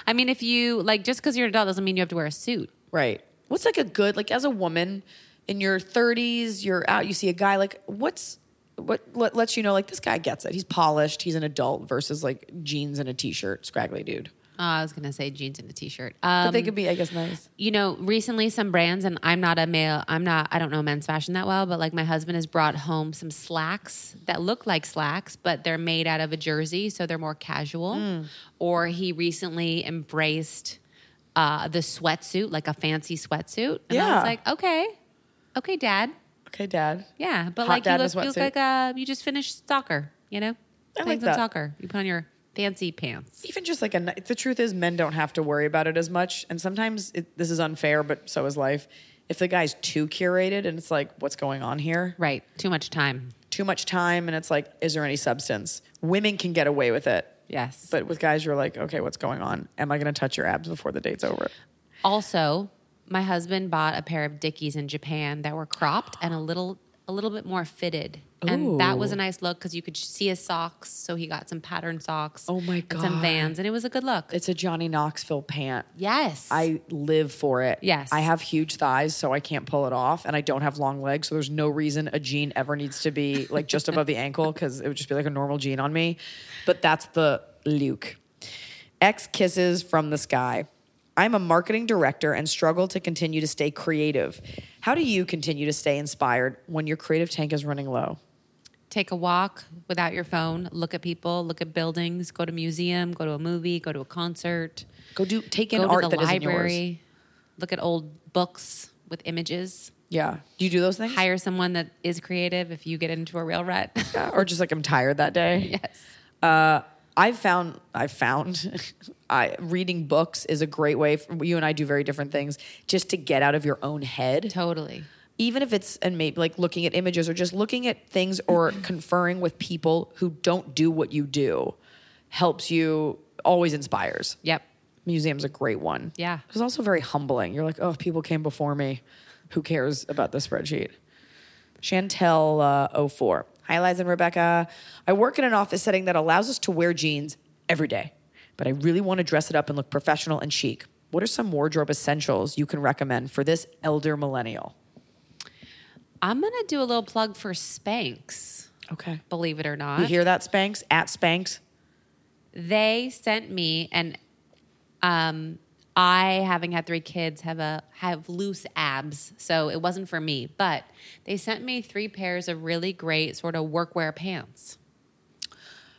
S4: I mean, if you like, just because you're an adult doesn't mean you have to wear a suit.
S3: right. What's like a good like as a woman in your 30s, you're out, you see a guy like what's what, what lets you know like this guy gets it. He's polished, he's an adult versus like jeans and a t-shirt, scraggly dude.
S4: Oh, I was gonna say jeans and a t-shirt.
S3: But
S4: Um,
S3: they could be I guess nice.
S4: you know, recently some brands, and I'm not a male, I'm not, I don't know men's fashion that well, but like my husband has brought home some slacks that look like slacks, but they're made out of a jersey, so they're more casual.
S3: Mm.
S4: Or he recently embraced uh, the sweatsuit, like a fancy sweatsuit. And I
S3: Yeah.
S4: was like, okay, okay, dad.
S3: Okay, dad.
S4: Yeah, but
S3: Hot
S4: like
S3: dad in a
S4: you look, you look
S3: sweatsuit.
S4: like uh, you just finished soccer, you know?
S3: I
S4: Playing
S3: like
S4: some
S3: that.
S4: soccer. You put on your fancy pants.
S3: even just like a ni- the truth is men don't have to worry about it as much and sometimes it, this is unfair but so is life if the guy's too curated and it's like what's going on here
S4: Right, too much time.
S3: too much time and it's like is there any substance women can get away with it
S4: Yes.
S3: but with guys you're like okay what's going on am i going to touch your abs before the date's over
S4: Also, my husband bought a pair of Dickies in Japan that were cropped and a little a little bit more fitted. And that was a nice look because you could see his socks. So he got some pattern socks.
S3: Oh my
S4: and some
S3: God.
S4: Vans, and it was a good look.
S3: it's a johnny knoxville pant
S4: yes,
S3: I live for it.
S4: Yes.
S3: I have huge thighs, so I can't pull it off. And I don't have long legs, so there's no reason a jean ever needs to be like just above the ankle because it would just be like a normal jean on me. But that's the Luke. X kisses from the sky. I'm a marketing director and struggle to continue to stay creative. How do you continue to stay inspired when your creative tank is running low?
S4: take a walk without your phone. Look at people. Look at buildings. Go to a museum. Go to a movie. Go to a concert.
S3: Go do take in
S4: Go
S3: art
S4: to the
S3: that isn't yours.
S4: library. Look at old books with images.
S3: Yeah. Do you do those things?
S4: Hire someone that is creative if you get into a real rut.
S3: or just like I'm tired that day.
S4: yes.
S3: I found I found I reading books is a great way for you and I do very different things just to get out of your own head.
S4: Totally.
S3: Even if it's and maybe like looking at images or just looking at things or conferring with people who don't do what you do helps you always inspires.
S4: Yep.
S3: Museum's a great one.
S4: Yeah.
S3: It's also very humbling. You're like, oh, if people came before me. Who cares about the spreadsheet? Chantel uh, 04. Hi, Liza and Rebecca. I work in an office setting that allows us to wear jeans every day, but I really want to dress it up and look professional and chic. What are some wardrobe essentials you can recommend for this elder millennial?
S4: I'm gonna do a little plug for Spanx.
S6: Okay.
S4: believe it or not.
S6: You hear that, Spanx? At Spanx?
S4: they sent me and um I having had three kids have a have loose abs, so it wasn't for me, but they sent me three pairs of really great sort of workwear pants.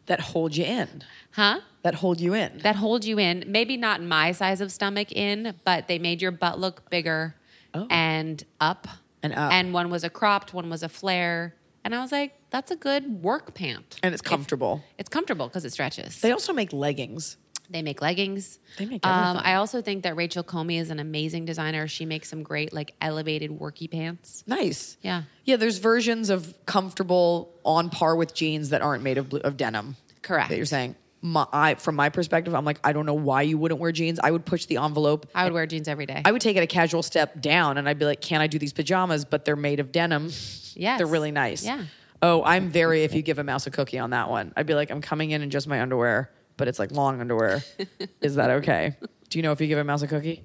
S6: That hold you in.
S4: Huh?
S6: That hold you in.
S4: That hold you in, maybe not my size of stomach in, but they made your butt look bigger and up.
S6: Oh. And up.
S4: And one was a cropped, one was a flare. And I was like, that's a good work pant.
S6: and it's comfortable.
S4: It's comfortable because it stretches.
S6: They also make leggings.
S4: They make leggings.
S6: They make
S4: Um,
S6: everything.
S4: I also think that Rachel Comey is an amazing designer. She makes some great like elevated worky pants.
S6: Nice.
S4: Yeah.
S6: Yeah, there's versions of comfortable on par with jeans that aren't made of blue, of denim.
S4: Correct.
S6: That you're saying. My, I, from my perspective, I'm like, I don't know why you wouldn't wear jeans. I would push the envelope.
S4: I would wear jeans every day.
S6: I would take it a casual step down and I'd be like, can I do these pajamas? But they're made of denim.
S4: Yes.
S6: They're really nice.
S4: Yeah.
S6: Oh, I'm very, if you give a mouse a cookie on that one, I'd be like, I'm coming in in just my underwear, but it's like long underwear. Is that okay? Do you know if you give a mouse a cookie?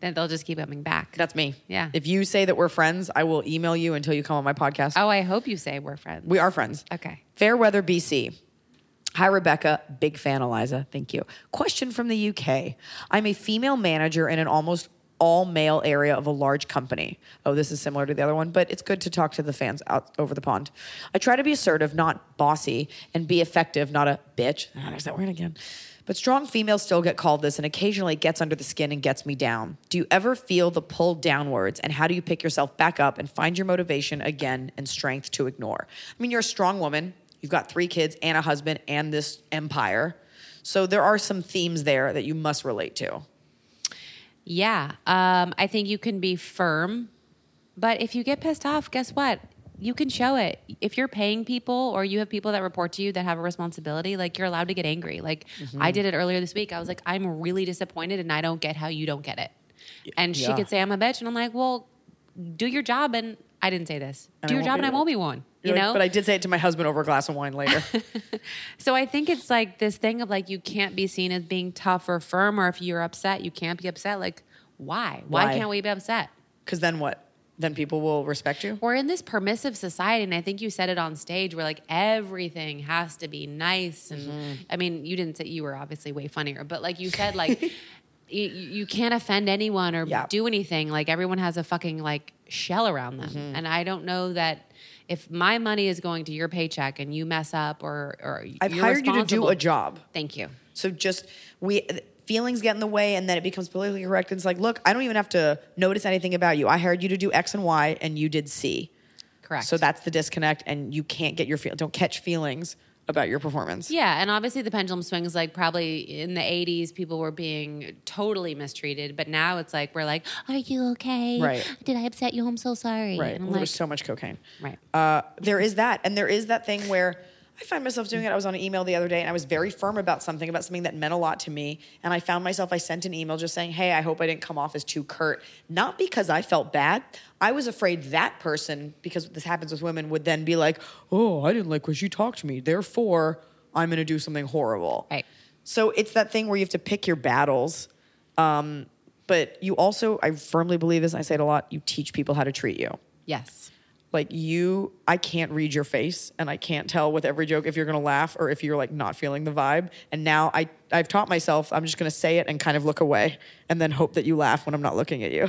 S4: then they'll just keep coming back.
S6: That's me.
S4: Yeah.
S6: If you say that we're friends, I will email you until you come on my podcast.
S4: oh, I hope you say we're friends.
S6: We are friends.
S4: Okay.
S6: Fairweather BC. Hi, Rebecca. Big fan, Eliza. Thank you. Question from the UK. I'm a female manager in an almost all male area of a large company. Oh, this is similar to the other one, but it's good to talk to the fans out over the pond. I try to be assertive, not bossy, and be effective, not a bitch. Ah, there's that word again. But strong females still get called this and occasionally it gets under the skin and gets me down. Do you ever feel the pull downwards and how do you pick yourself back up and find your motivation again and strength to ignore? I mean, you're a strong woman. You've got three kids and a husband and this empire. So there are some themes there that you must relate to.
S4: Yeah. Um, I think you can be firm, but if you get pissed off, guess what? You can show it. If you're paying people or you have people that report to you that have a responsibility, like you're allowed to get angry. Like
S6: Mm-hmm.
S4: I did it earlier this week. I was like, I'm really disappointed and I don't get how you don't get it. And she
S6: Yeah.
S4: could say, I'm a bitch. And I'm like, well, do your job. And I didn't say this. do
S6: I
S4: your
S6: won't
S4: job
S6: be
S4: and I
S6: one.
S4: won't be one. You
S6: You're like,
S4: know?
S6: But I did say it to my husband over a glass of wine later.
S4: So I think it's like this thing of like you can't be seen as being tough or firm, or if you're upset, you can't be upset. Like, why? Why,
S6: Why?
S4: can't we be upset?
S6: Because then what? Then people will respect you?
S4: We're in this permissive society, and I think you said it on stage where like everything has to be nice. And
S6: Mm-hmm.
S4: I mean, you didn't say you were obviously way funnier, but like you said, like you, you can't offend anyone or
S6: Yeah.
S4: do anything. Like everyone has a fucking like shell around them,
S6: Mm-hmm.
S4: and I don't know that. If my money is going to your paycheck and you mess up or, or
S6: I've
S4: you're
S6: hired you to do
S4: responsible-
S6: a job.
S4: Thank you.
S6: So just we feelings get in the way, and then it becomes politically correct. And it's like, look, I don't even have to notice anything about you. I hired you to do X and Y, and you did C.
S4: Correct.
S6: So that's the disconnect, and you can't get your feel. Don't catch feelings about your performance.
S4: Yeah, and obviously the pendulum swings like probably in the 80s people were being totally mistreated, but now it's like we're like, "Are you okay?
S6: Right.
S4: Did I upset you? I'm so sorry."
S6: Right.
S4: And
S6: There
S4: I'm like,
S6: was so much cocaine.
S4: Right.
S6: Uh, there is that, and there is that thing where I find myself doing it. I was on an email the other day, and I was very firm about something, about something that meant a lot to me, and I found myself. I sent an email just saying, "Hey, I hope I didn't come off as too curt." Not because I felt bad. I was afraid that person, because this happens with women, would then be like, "Oh, I didn't like when she talked to me. Therefore, I'm going to do something horrible."
S4: Right.
S6: So it's that thing where you have to pick your battles. Um, but you also, I firmly believe this, and I say it a lot, you teach people how to treat you.
S4: yes.
S6: Like you, I can't read your face and I can't tell with every joke if you're gonna laugh or if you're like not feeling the vibe. And now I, I've taught myself I'm just gonna say it and kind of look away and then hope that you laugh when I'm not looking at you.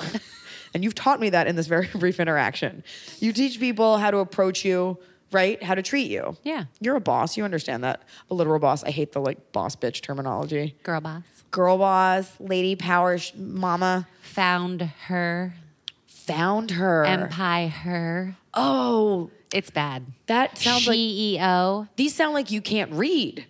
S6: and you've taught me that in this very brief interaction. You teach people how to approach you, right? How to treat you.
S4: Yeah.
S6: You're a boss, you understand that. A literal boss. I hate the like boss bitch terminology
S4: Girl boss
S6: girl boss, lady power, sh- mama
S4: found her,
S6: found her.
S4: empire her.
S6: oh,
S4: It's bad. E
S6: that sounds like
S4: CEO.
S6: these sound like you can't read.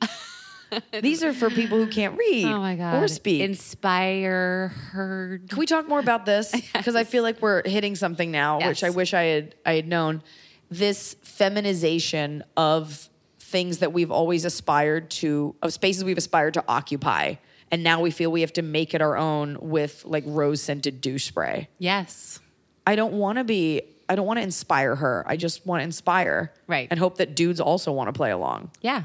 S6: these are for people who can't read.
S4: Oh my god.
S6: Or speak.
S4: Inspire her.
S6: Can we talk more about this? Because I feel like we're hitting something now, which
S4: Yes.
S6: I wish I had I had known. This feminization of things that we've always aspired to, of spaces we've aspired to occupy. And now we feel we have to make it our own with like rose scented douche spray.
S4: Yes.
S6: I don't want to be. I don't want to inspire her. I just want to inspire,
S4: Right.
S6: And hope that dudes also want to play along.
S4: Yeah.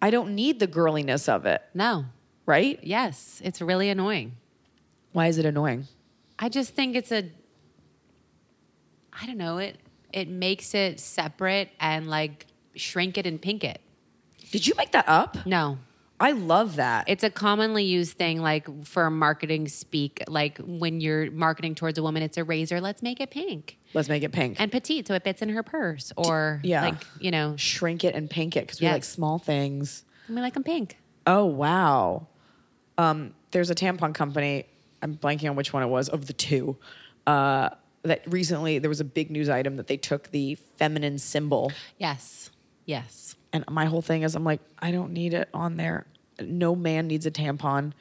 S6: I don't need the girliness of it,
S4: No.
S6: right?
S4: Yes. It's really annoying.
S6: Why is it annoying?
S4: I just think it's a I don't know, it it makes it separate and like shrink it and pink it.
S6: Did you make that up?
S4: No.
S6: I love that.
S4: It's a commonly used thing, like for marketing speak, like when you're marketing towards a woman, it's a razor, let's make it pink
S6: Let's make it pink.
S4: and petite so it fits in her purse. Or,
S6: yeah.
S4: like, you know, sh-
S6: shrink it and pink it because we
S4: Yes.
S6: like small things.
S4: we like them pink.
S6: Oh wow. Um, there's a tampon company. I'm blanking on which one it was of the two. Uh, that recently there was a big news item that they took the feminine symbol,
S4: Yes. Yes.
S6: and my whole thing is I'm like, I don't need it on there. No man needs a tampon.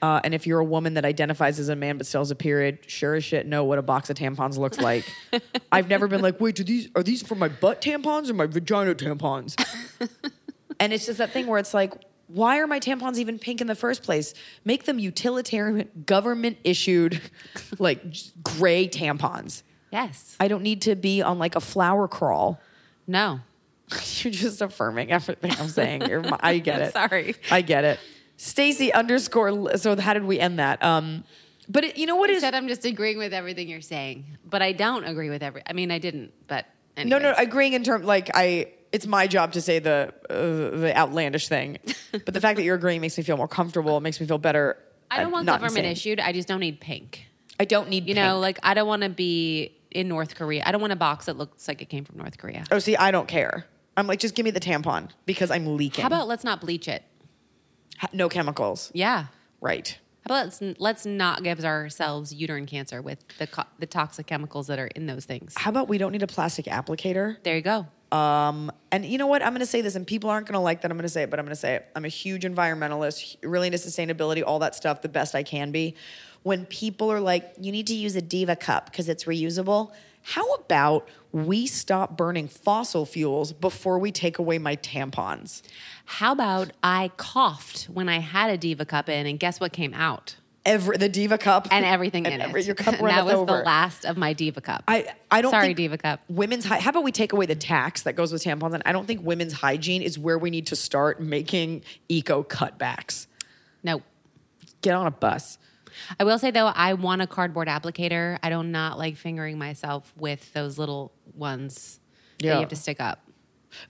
S6: uh, and if you're a woman that identifies as a man but still has a period, sure as shit know what a box of tampons looks like. I've never been like, wait, do these are these for my butt tampons or my vagina tampons? And it's just that thing where it's like, why are my tampons even pink in the first place? Make them utilitarian, government issued, like just gray tampons.
S4: Yes.
S6: I don't need to be on like a flower crawl.
S4: No.
S6: You're just affirming everything I'm saying. You're my, I get it.
S4: Sorry.
S6: I get it. Stacy underscore. Li- So how did we end that? Um, but it, you know what
S4: I
S6: is?
S4: said I'm just agreeing with everything you're saying, but I don't agree with every. I mean, I didn't, but
S6: No, no,
S4: anyways.
S6: agreeing in terms like I. It's my job to say the uh, the outlandish thing, but the fact that you're agreeing makes me feel more comfortable. It makes me feel better.
S4: I don't want
S6: not
S4: government
S6: insane.
S4: issued. I just don't need pink.
S6: I don't need
S4: You know, like I don't want to be in North Korea. I don't want a box that looks like it came from North Korea.
S6: Oh, see, I don't care. I'm like, just give me the tampon because I'm leaking.
S4: How about let's not bleach it?
S6: Ha- no chemicals?
S4: Yeah.
S6: Right.
S4: How about let's, let's not give ourselves uterine cancer with the co- the toxic chemicals that are in those things.
S6: How about we don't need a plastic applicator?
S4: There you go.
S6: Um, and you know what? I'm going to say this, and people aren't going to like that. I'm going to say it, but I'm going to say it. I'm a huge environmentalist, hu- really into sustainability, all that stuff, the best I can be. When people are like, you need to use a Diva cup because it's reusable, how about we stop burning fossil fuels before we take away my tampons?
S4: How about I coughed when I had a diva cup in, and guess what came out?
S6: Every the Diva cup
S4: And everything
S6: and
S4: in
S6: every-
S4: it.
S6: Your cup
S4: And
S6: runneth
S4: that was
S6: over.
S4: the last of my diva cup.
S6: I, I don't
S4: Sorry,
S6: think
S4: diva cup.
S6: Women's hy- how about we take away the tax that goes with tampons? And I don't think women's hygiene is where we need to start making eco cutbacks.
S4: No.
S6: Get on a bus.
S4: I will say though, I want a cardboard applicator. I do not like fingering myself with those little ones that
S6: Yeah.
S4: you have to stick up.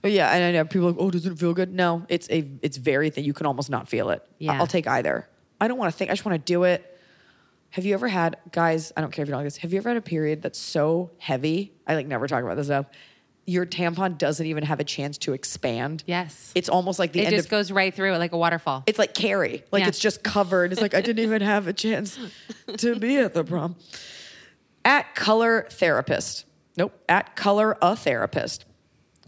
S6: But yeah, and I know people are like, oh, does it feel good? No, it's a it's very thin. You can almost not feel it. I-
S4: Yeah.
S6: I'll take either. I don't want to think. I just want to do it. Have you ever had guys? I don't care if you don't like this. Have you ever had a period that's so heavy? I like never talk about this though. Your tampon doesn't even have a chance to expand.
S4: Yes.
S6: it's almost like the
S4: it
S6: end
S4: just
S6: of
S4: goes right through it like a waterfall.
S6: It's like Carrie. Like
S4: Yeah.
S6: it's just covered. It's like I didn't even have a chance to be at the prom. At color therapist. Nope. At color a therapist.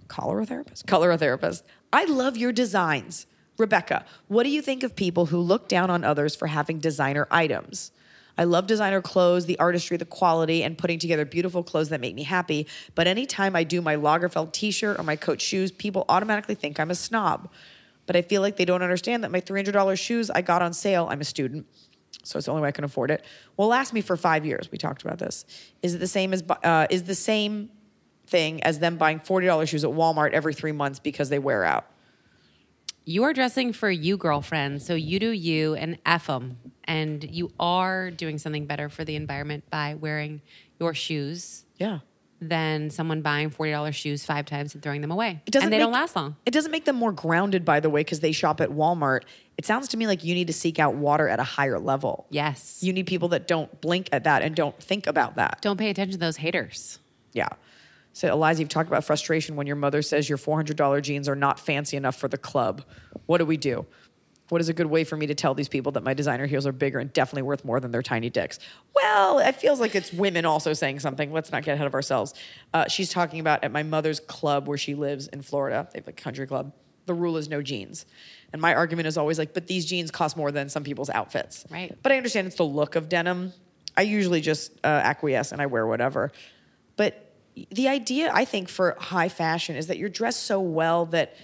S6: Color a therapist. Color a therapist. I love your designs. Rebecca, what do you think of people who look down on others for having designer items? I love designer clothes, the artistry, the quality, and putting together beautiful clothes that make me happy. But anytime I do my Lagerfeld t shirt or my Coach shoes, people automatically think I'm a snob. But I feel like they don't understand that my $300 shoes I got on sale, I'm a student, so it's the only way I can afford it, will last me for five years. We talked about this. Is it the same as, bu- uh, is the same thing as them buying $40 shoes at Walmart every three months because they wear out?
S4: you are dressing for you, girlfriend. So you do you and F 'em. And you are doing something better for the environment by wearing your shoes
S6: Yeah.
S4: than someone buying $40 shoes five times and throwing them away.
S6: It doesn't
S4: and they
S6: make-
S4: don't last long.
S6: It doesn't make them more grounded, by the way, because they shop at Walmart. It sounds to me like you need to seek out water at a higher level.
S4: Yes.
S6: You need people that don't blink at that and don't think about that.
S4: don't pay attention to those haters.
S6: Yeah. So, Eliza, you've talked about frustration when your mother says your $400 jeans are not fancy enough for the club. What do we do? What is a good way for me to tell these people that my designer heels are bigger and definitely worth more than their tiny dicks? Well, it feels like it's women also saying something. Let's not get ahead of ourselves. Uh, she's talking about at my mother's club where she lives in Florida, they have like a country club. The rule is no jeans. And my argument is always like, but these jeans cost more than some people's outfits.
S4: Right.
S6: But I understand it's the look of denim. I usually just uh, acquiesce and I wear whatever. But the idea, I think, for high fashion is that you're dressed so well that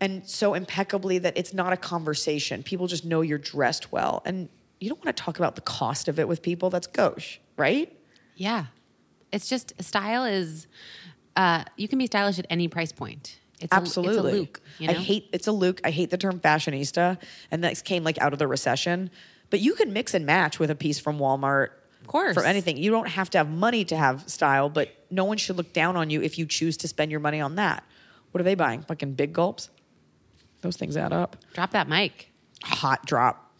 S6: and so impeccably that it's not a conversation. People just know you're dressed well. And you don't want to talk about the cost of it with people. That's gauche, right?
S4: Yeah. It's just style is uh you can be stylish at any price point. It's
S6: Absolutely.
S4: A, it's a Luke. You know?
S6: I hate it's a Luke. I hate the term fashionista. And that came like out of the recession. But you can mix and match with a piece from Walmart. Of
S4: course.
S6: For anything. You don't have to have money to have style, but no one should look down on you if you choose to spend your money on that. What are they buying? Fucking big gulps? Those things add up.
S4: Drop that mic.
S6: Hot drop.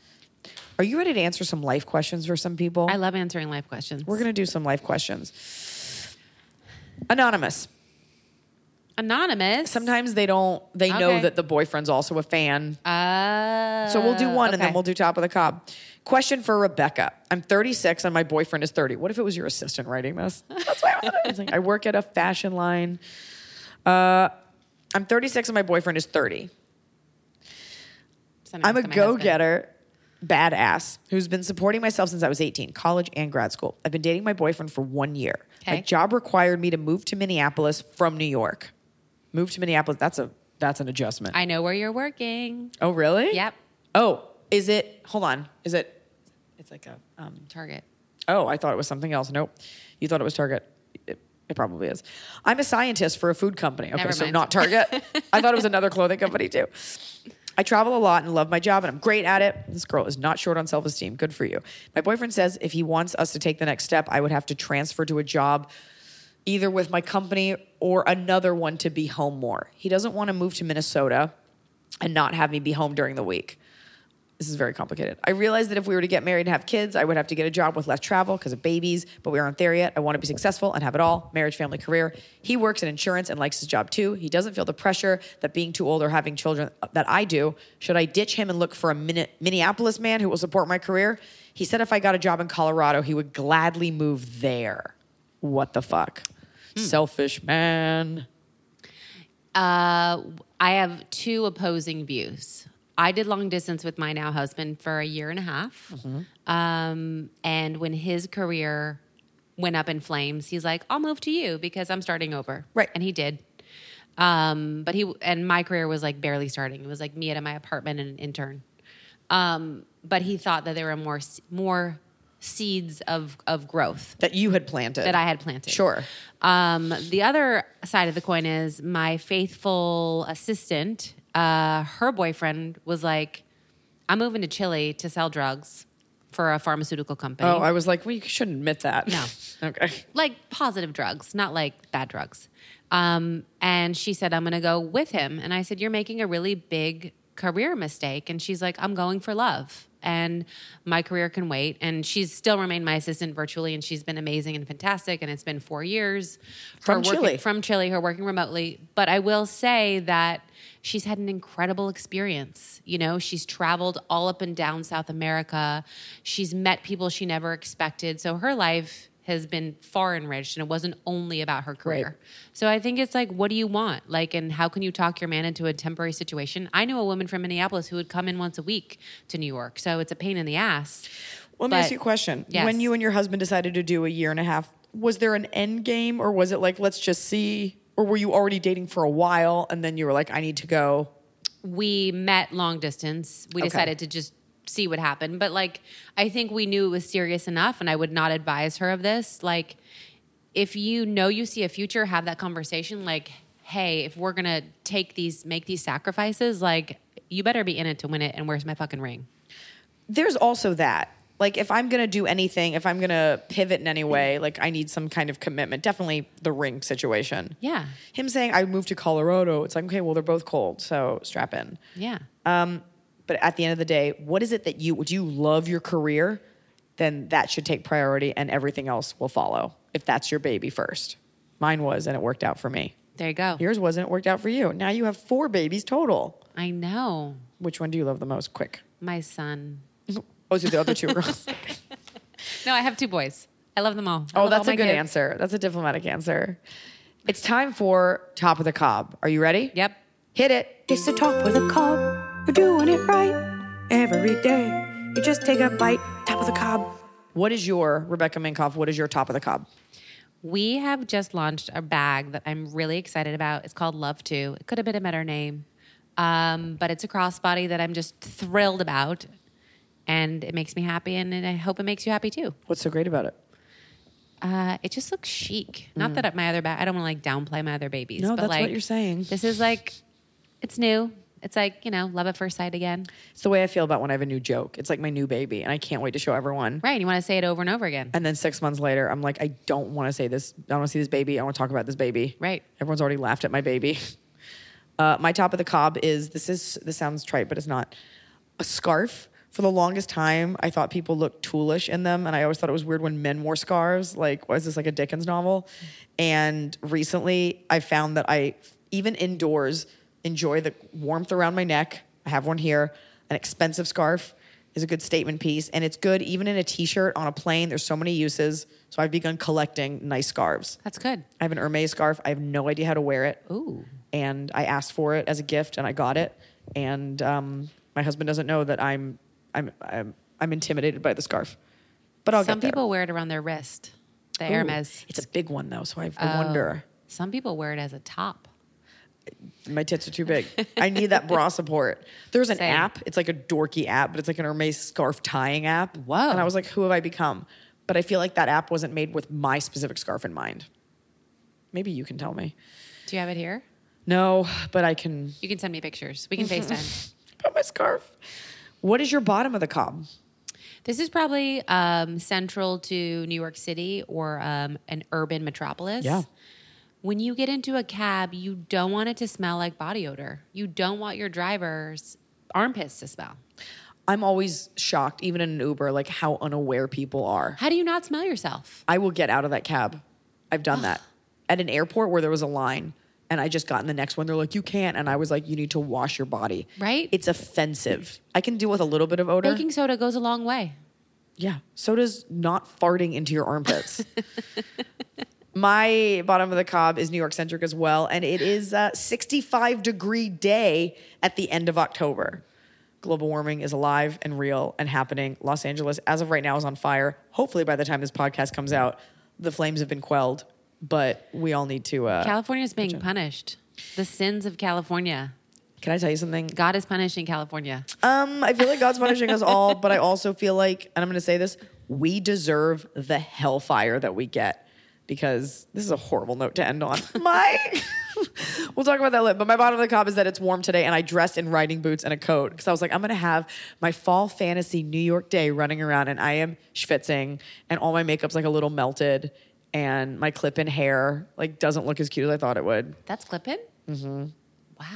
S6: Are you ready to answer some life questions for some people?
S4: I love answering life questions.
S6: We're going to do some life questions. Anonymous.
S4: anonymous.
S6: Sometimes they don't, they know
S4: Okay.
S6: that the boyfriend's also a fan.
S4: Uh,
S6: So we'll do one and then
S4: okay.
S6: we'll do top of the cob. Question for Rebecca. I'm 36 and my boyfriend is 30. What if it was your assistant writing this? That's why I wanted it. It's like, I work at a fashion line. Uh, I'm 36 and my boyfriend is 30.
S4: Send
S6: I'm
S4: it
S6: a
S4: to my
S6: go getter, badass, who's been supporting myself since I was 18, college and grad school. I've been dating my boyfriend for one year. My
S4: Okay.
S6: job required me to move to Minneapolis from New York. Move to Minneapolis, that's a that's an adjustment.
S4: husband. I know where you're working.
S6: oh, really?
S4: Yep.
S6: Oh, is it hold on. Is it it's like a um,
S4: Target.
S6: Oh, I thought it was something else. Nope. You thought it was Target. It, it probably is. I'm a scientist for a food company. Okay,
S4: Never
S6: so
S4: mind.
S6: not Target. I thought it was another clothing company too. I travel a lot and love my job and I'm great at it. This girl is not short on self esteem. Good for you. My boyfriend says if he wants us to take the next step, I would have to transfer to a job either with my company or another one to be home more. He doesn't want to move to Minnesota and not have me be home during the week this is very complicated. I realized that if we were to get married and have kids, I would have to get a job with less travel because of babies, but we aren't there yet. I want to be successful and have it all marriage, family, career. He works in insurance and likes his job too. He doesn't feel the pressure that being too old or having children uh, that I do. Should I ditch him and look for a Minne- Minneapolis man who will support my career? He said if I got a job in Colorado, he would gladly move there. What the fuck?
S4: Hmm.
S6: Selfish man.
S4: Uh, I have two opposing views. I did long distance with my now husband for a year and a half. Um, and when his career went up in flames, he's like, I'll move to you because I'm starting over.
S6: Right.
S4: And he did. Um, but he, and my career was like barely starting. It was like me at my apartment and an intern. Um, but he thought that there were more, more seeds of, of growth
S6: That you had planted.
S4: that I had planted.
S6: Sure.
S4: Um, the other side of the coin is my faithful assistant, uh, her boyfriend was like, I'm moving to Chile to sell drugs for a pharmaceutical company.
S6: Oh, I was like, well, you shouldn't admit that.
S4: No.
S6: okay.
S4: like positive drugs, not like bad drugs. Um, and she said, I'm going to go with him. And I said, You're making a really big career mistake. And she's like, I'm going for love. And my career can wait. And she's still remained my assistant virtually. And she's been amazing and fantastic. And it's been four years.
S6: From
S4: working-
S6: Chile.
S4: From Chile, her working remotely. But I will say that she's had an incredible experience. You know, she's traveled all up and down South America. She's met people she never expected. So her life has been far enriched and it wasn't only about her career. So I think it's like, what do you want? Like, and how can you talk your man into a temporary situation? I knew a woman from Minneapolis who would come in once a week to New York. So it's a pain in the ass.
S6: Let me ask
S4: But-
S6: you a question.
S4: Yes.
S6: When you and your husband decided to do a year and a half, was there an end game or was it like, let's just see? Or were you already dating for a while and then you were like, I need to go?
S4: we met long distance. We decided to just see what happened. But like, I think we knew it was serious enough, and I would not advise her of this. Like, if you know you see a future, have that conversation. Like, hey, if we're gonna take these, make these sacrifices, like, you better be in it to win it. And where's my fucking ring?
S6: There's also that. Like, if I'm going to do anything, if I'm going to pivot in any way, like, I need some kind of commitment. Definitely the ring situation.
S4: Yeah,
S6: Him saying, I moved to Colorado, it's like, okay, well, they're both cold. So strap in.
S4: yeah.
S6: Um, But at the end of the day, what is it that you do you love your career? Then that should take priority and everything else will follow if that's your baby first. Mine was and it worked out for me.
S4: there you go.
S6: Yours wasn't, it worked out for you. Now you have four babies total.
S4: I know
S6: Which one do you love the most? Quick.
S4: my son.
S6: Oh, so the other two girls.
S4: No, I have two boys. I love them all. I
S6: Oh,
S4: love all
S6: that's a
S4: my
S6: good
S4: kids.
S6: answer. That's a diplomatic answer. It's time for top of the cob. Are you ready?
S4: Yep.
S6: Hit it.
S7: It's the top of the cob. You're doing it right every day. You just take a bite, top of the cob.
S6: What is your Rebecca Minkoff? What is your top of the cob?
S4: We have just launched a bag that I'm really excited about. It's called Love Two. It could have been a better name, um, but it's a crossbody that I'm just thrilled about, and it makes me happy, and, and I hope it makes you happy too.
S6: What's so great about it?
S4: Uh, it just looks chic. Not that my other bag. I don't want to like downplay my other babies.
S6: Mm. No,
S4: but,
S6: that's what
S4: like,
S6: you're saying.
S4: This is like, it's new. It's like you know, love at first sight again.
S6: It's the way I feel about when I have a new joke. It's like my new baby, and I can't wait to show everyone.
S4: Right? You want to say it over and over again.
S6: And then six months later, I'm like, I don't want to say this. I don't want to see this baby. I want to talk about this baby.
S4: Right.
S6: Everyone's already laughed at my baby. Uh, my top of the cob is this is this sounds trite, but it's not a scarf. For the longest time, I thought people looked toolish in them, and I always thought it was weird when men wore scarves. Like, was this like a Dickens novel? And recently, I found that I even indoors enjoy the warmth around my neck. I have one here, an expensive scarf is a good statement piece and it's good even in a t-shirt on a plane there's so many uses so i've begun collecting nice scarves
S4: That's good.
S6: i have an hermes scarf i have no idea how to wear it
S4: Ooh.
S6: and i asked for it as a gift and i got it and um, my husband doesn't know that i'm i'm i'm, I'm intimidated by the scarf but i'll
S4: Some
S6: get there.
S4: people wear it around their wrist. The
S6: Ooh,
S4: Hermes. Oh.
S6: it's a big one though so i, I wonder
S4: Some people wear it as a top.
S6: My tits are too big. I need that bra support. There's an
S4: Same.
S6: app. It's like a dorky app, but it's like an Hermes scarf tying app.
S4: Whoa.
S6: And I was like, who have I become? But I feel like that app wasn't made with my specific scarf in mind. Maybe you can tell me.
S4: Do you have it here?
S6: No, but I can.
S4: You can send me pictures. We can FaceTime.
S6: About my scarf. What is your bottom of the cob?
S4: This is probably um, central to New York City or um, an urban metropolis.
S6: Yeah.
S4: When you get into a cab, you don't want it to smell like body odor. You don't want your driver's armpits to smell.
S6: I'm always shocked, even in an Uber, like how unaware people are.
S4: How do you not smell yourself?
S6: I will get out of that cab. I've done that at an airport where there was a line and I just got in the next one. They're like, you can't. And I was like, you need to wash your body.
S4: Right?
S6: It's offensive. I can deal with a little bit of odor.
S4: Baking soda goes a long way.
S6: yeah. So does not farting into your armpits. My bottom of the cob is New York centric as well. And it is a 65 degree day at the end of October. Global warming is alive and real and happening. Los Angeles, as of right now, is on fire. Hopefully, by the time this podcast comes out, the flames have been quelled, but we all need to. Uh,
S4: California's being punished. The sins of California.
S6: can I tell you something?
S4: God is punishing California.
S6: Um, I feel like God's punishing us all, but I also feel like, and I'm going to say this, we deserve the hellfire that we get because this is a horrible note to end on. My, we'll talk about that later. But my bottom of the cob is that it's warm today, and I dressed in riding boots and a coat because I was like, I'm going to have my fall fantasy New York day running around, and I am schwitzing, and all my makeup's like a little melted, and my clip-in hair like doesn't look as cute as I thought it would.
S4: That's clipping? Mm-hmm.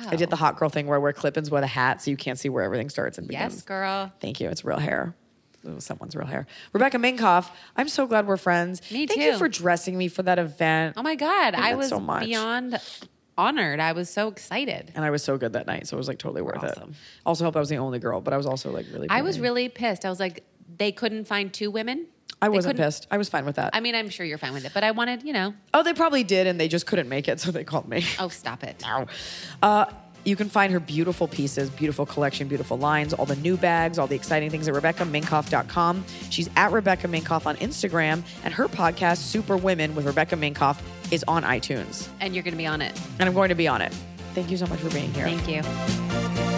S4: Wow.
S6: I did the hot girl thing where I wear clip-ins with a hat, so you can't see where everything starts and begins.
S4: Yes, girl.
S6: Thank you. It's real hair. It was someone's real hair. Rebecca Minkoff, I'm so glad we're friends.
S4: Me
S6: Thank you
S4: too.
S6: for dressing me for that event.
S4: Oh my God. I
S6: that
S4: was
S6: so much.
S4: beyond honored. I was so excited.
S6: and I was so good that night, so it was like totally worth
S4: awesome.
S6: it. Also, hope I was the only girl, but I was also like really.
S4: I was
S6: pretty.
S4: really pissed. I was like, they couldn't find two women.
S6: I
S4: They
S6: wasn't
S4: couldn't-
S6: pissed. I was fine with that.
S4: I mean, I'm sure you're fine with it, but I wanted, you know,
S6: oh, they probably did, and they just couldn't make it, so they called me.
S4: oh, stop it.
S6: Ow. Uh, you can find her beautiful pieces, beautiful collection, beautiful lines, all the new bags, all the exciting things at RebeccaMinkoff.com. She's at Rebecca Minkoff on Instagram, and her podcast, Super Women with Rebecca Minkoff, is on iTunes.
S4: And you're going to be on it.
S6: and I'm going to be on it. Thank you so much for being here.
S4: Thank you.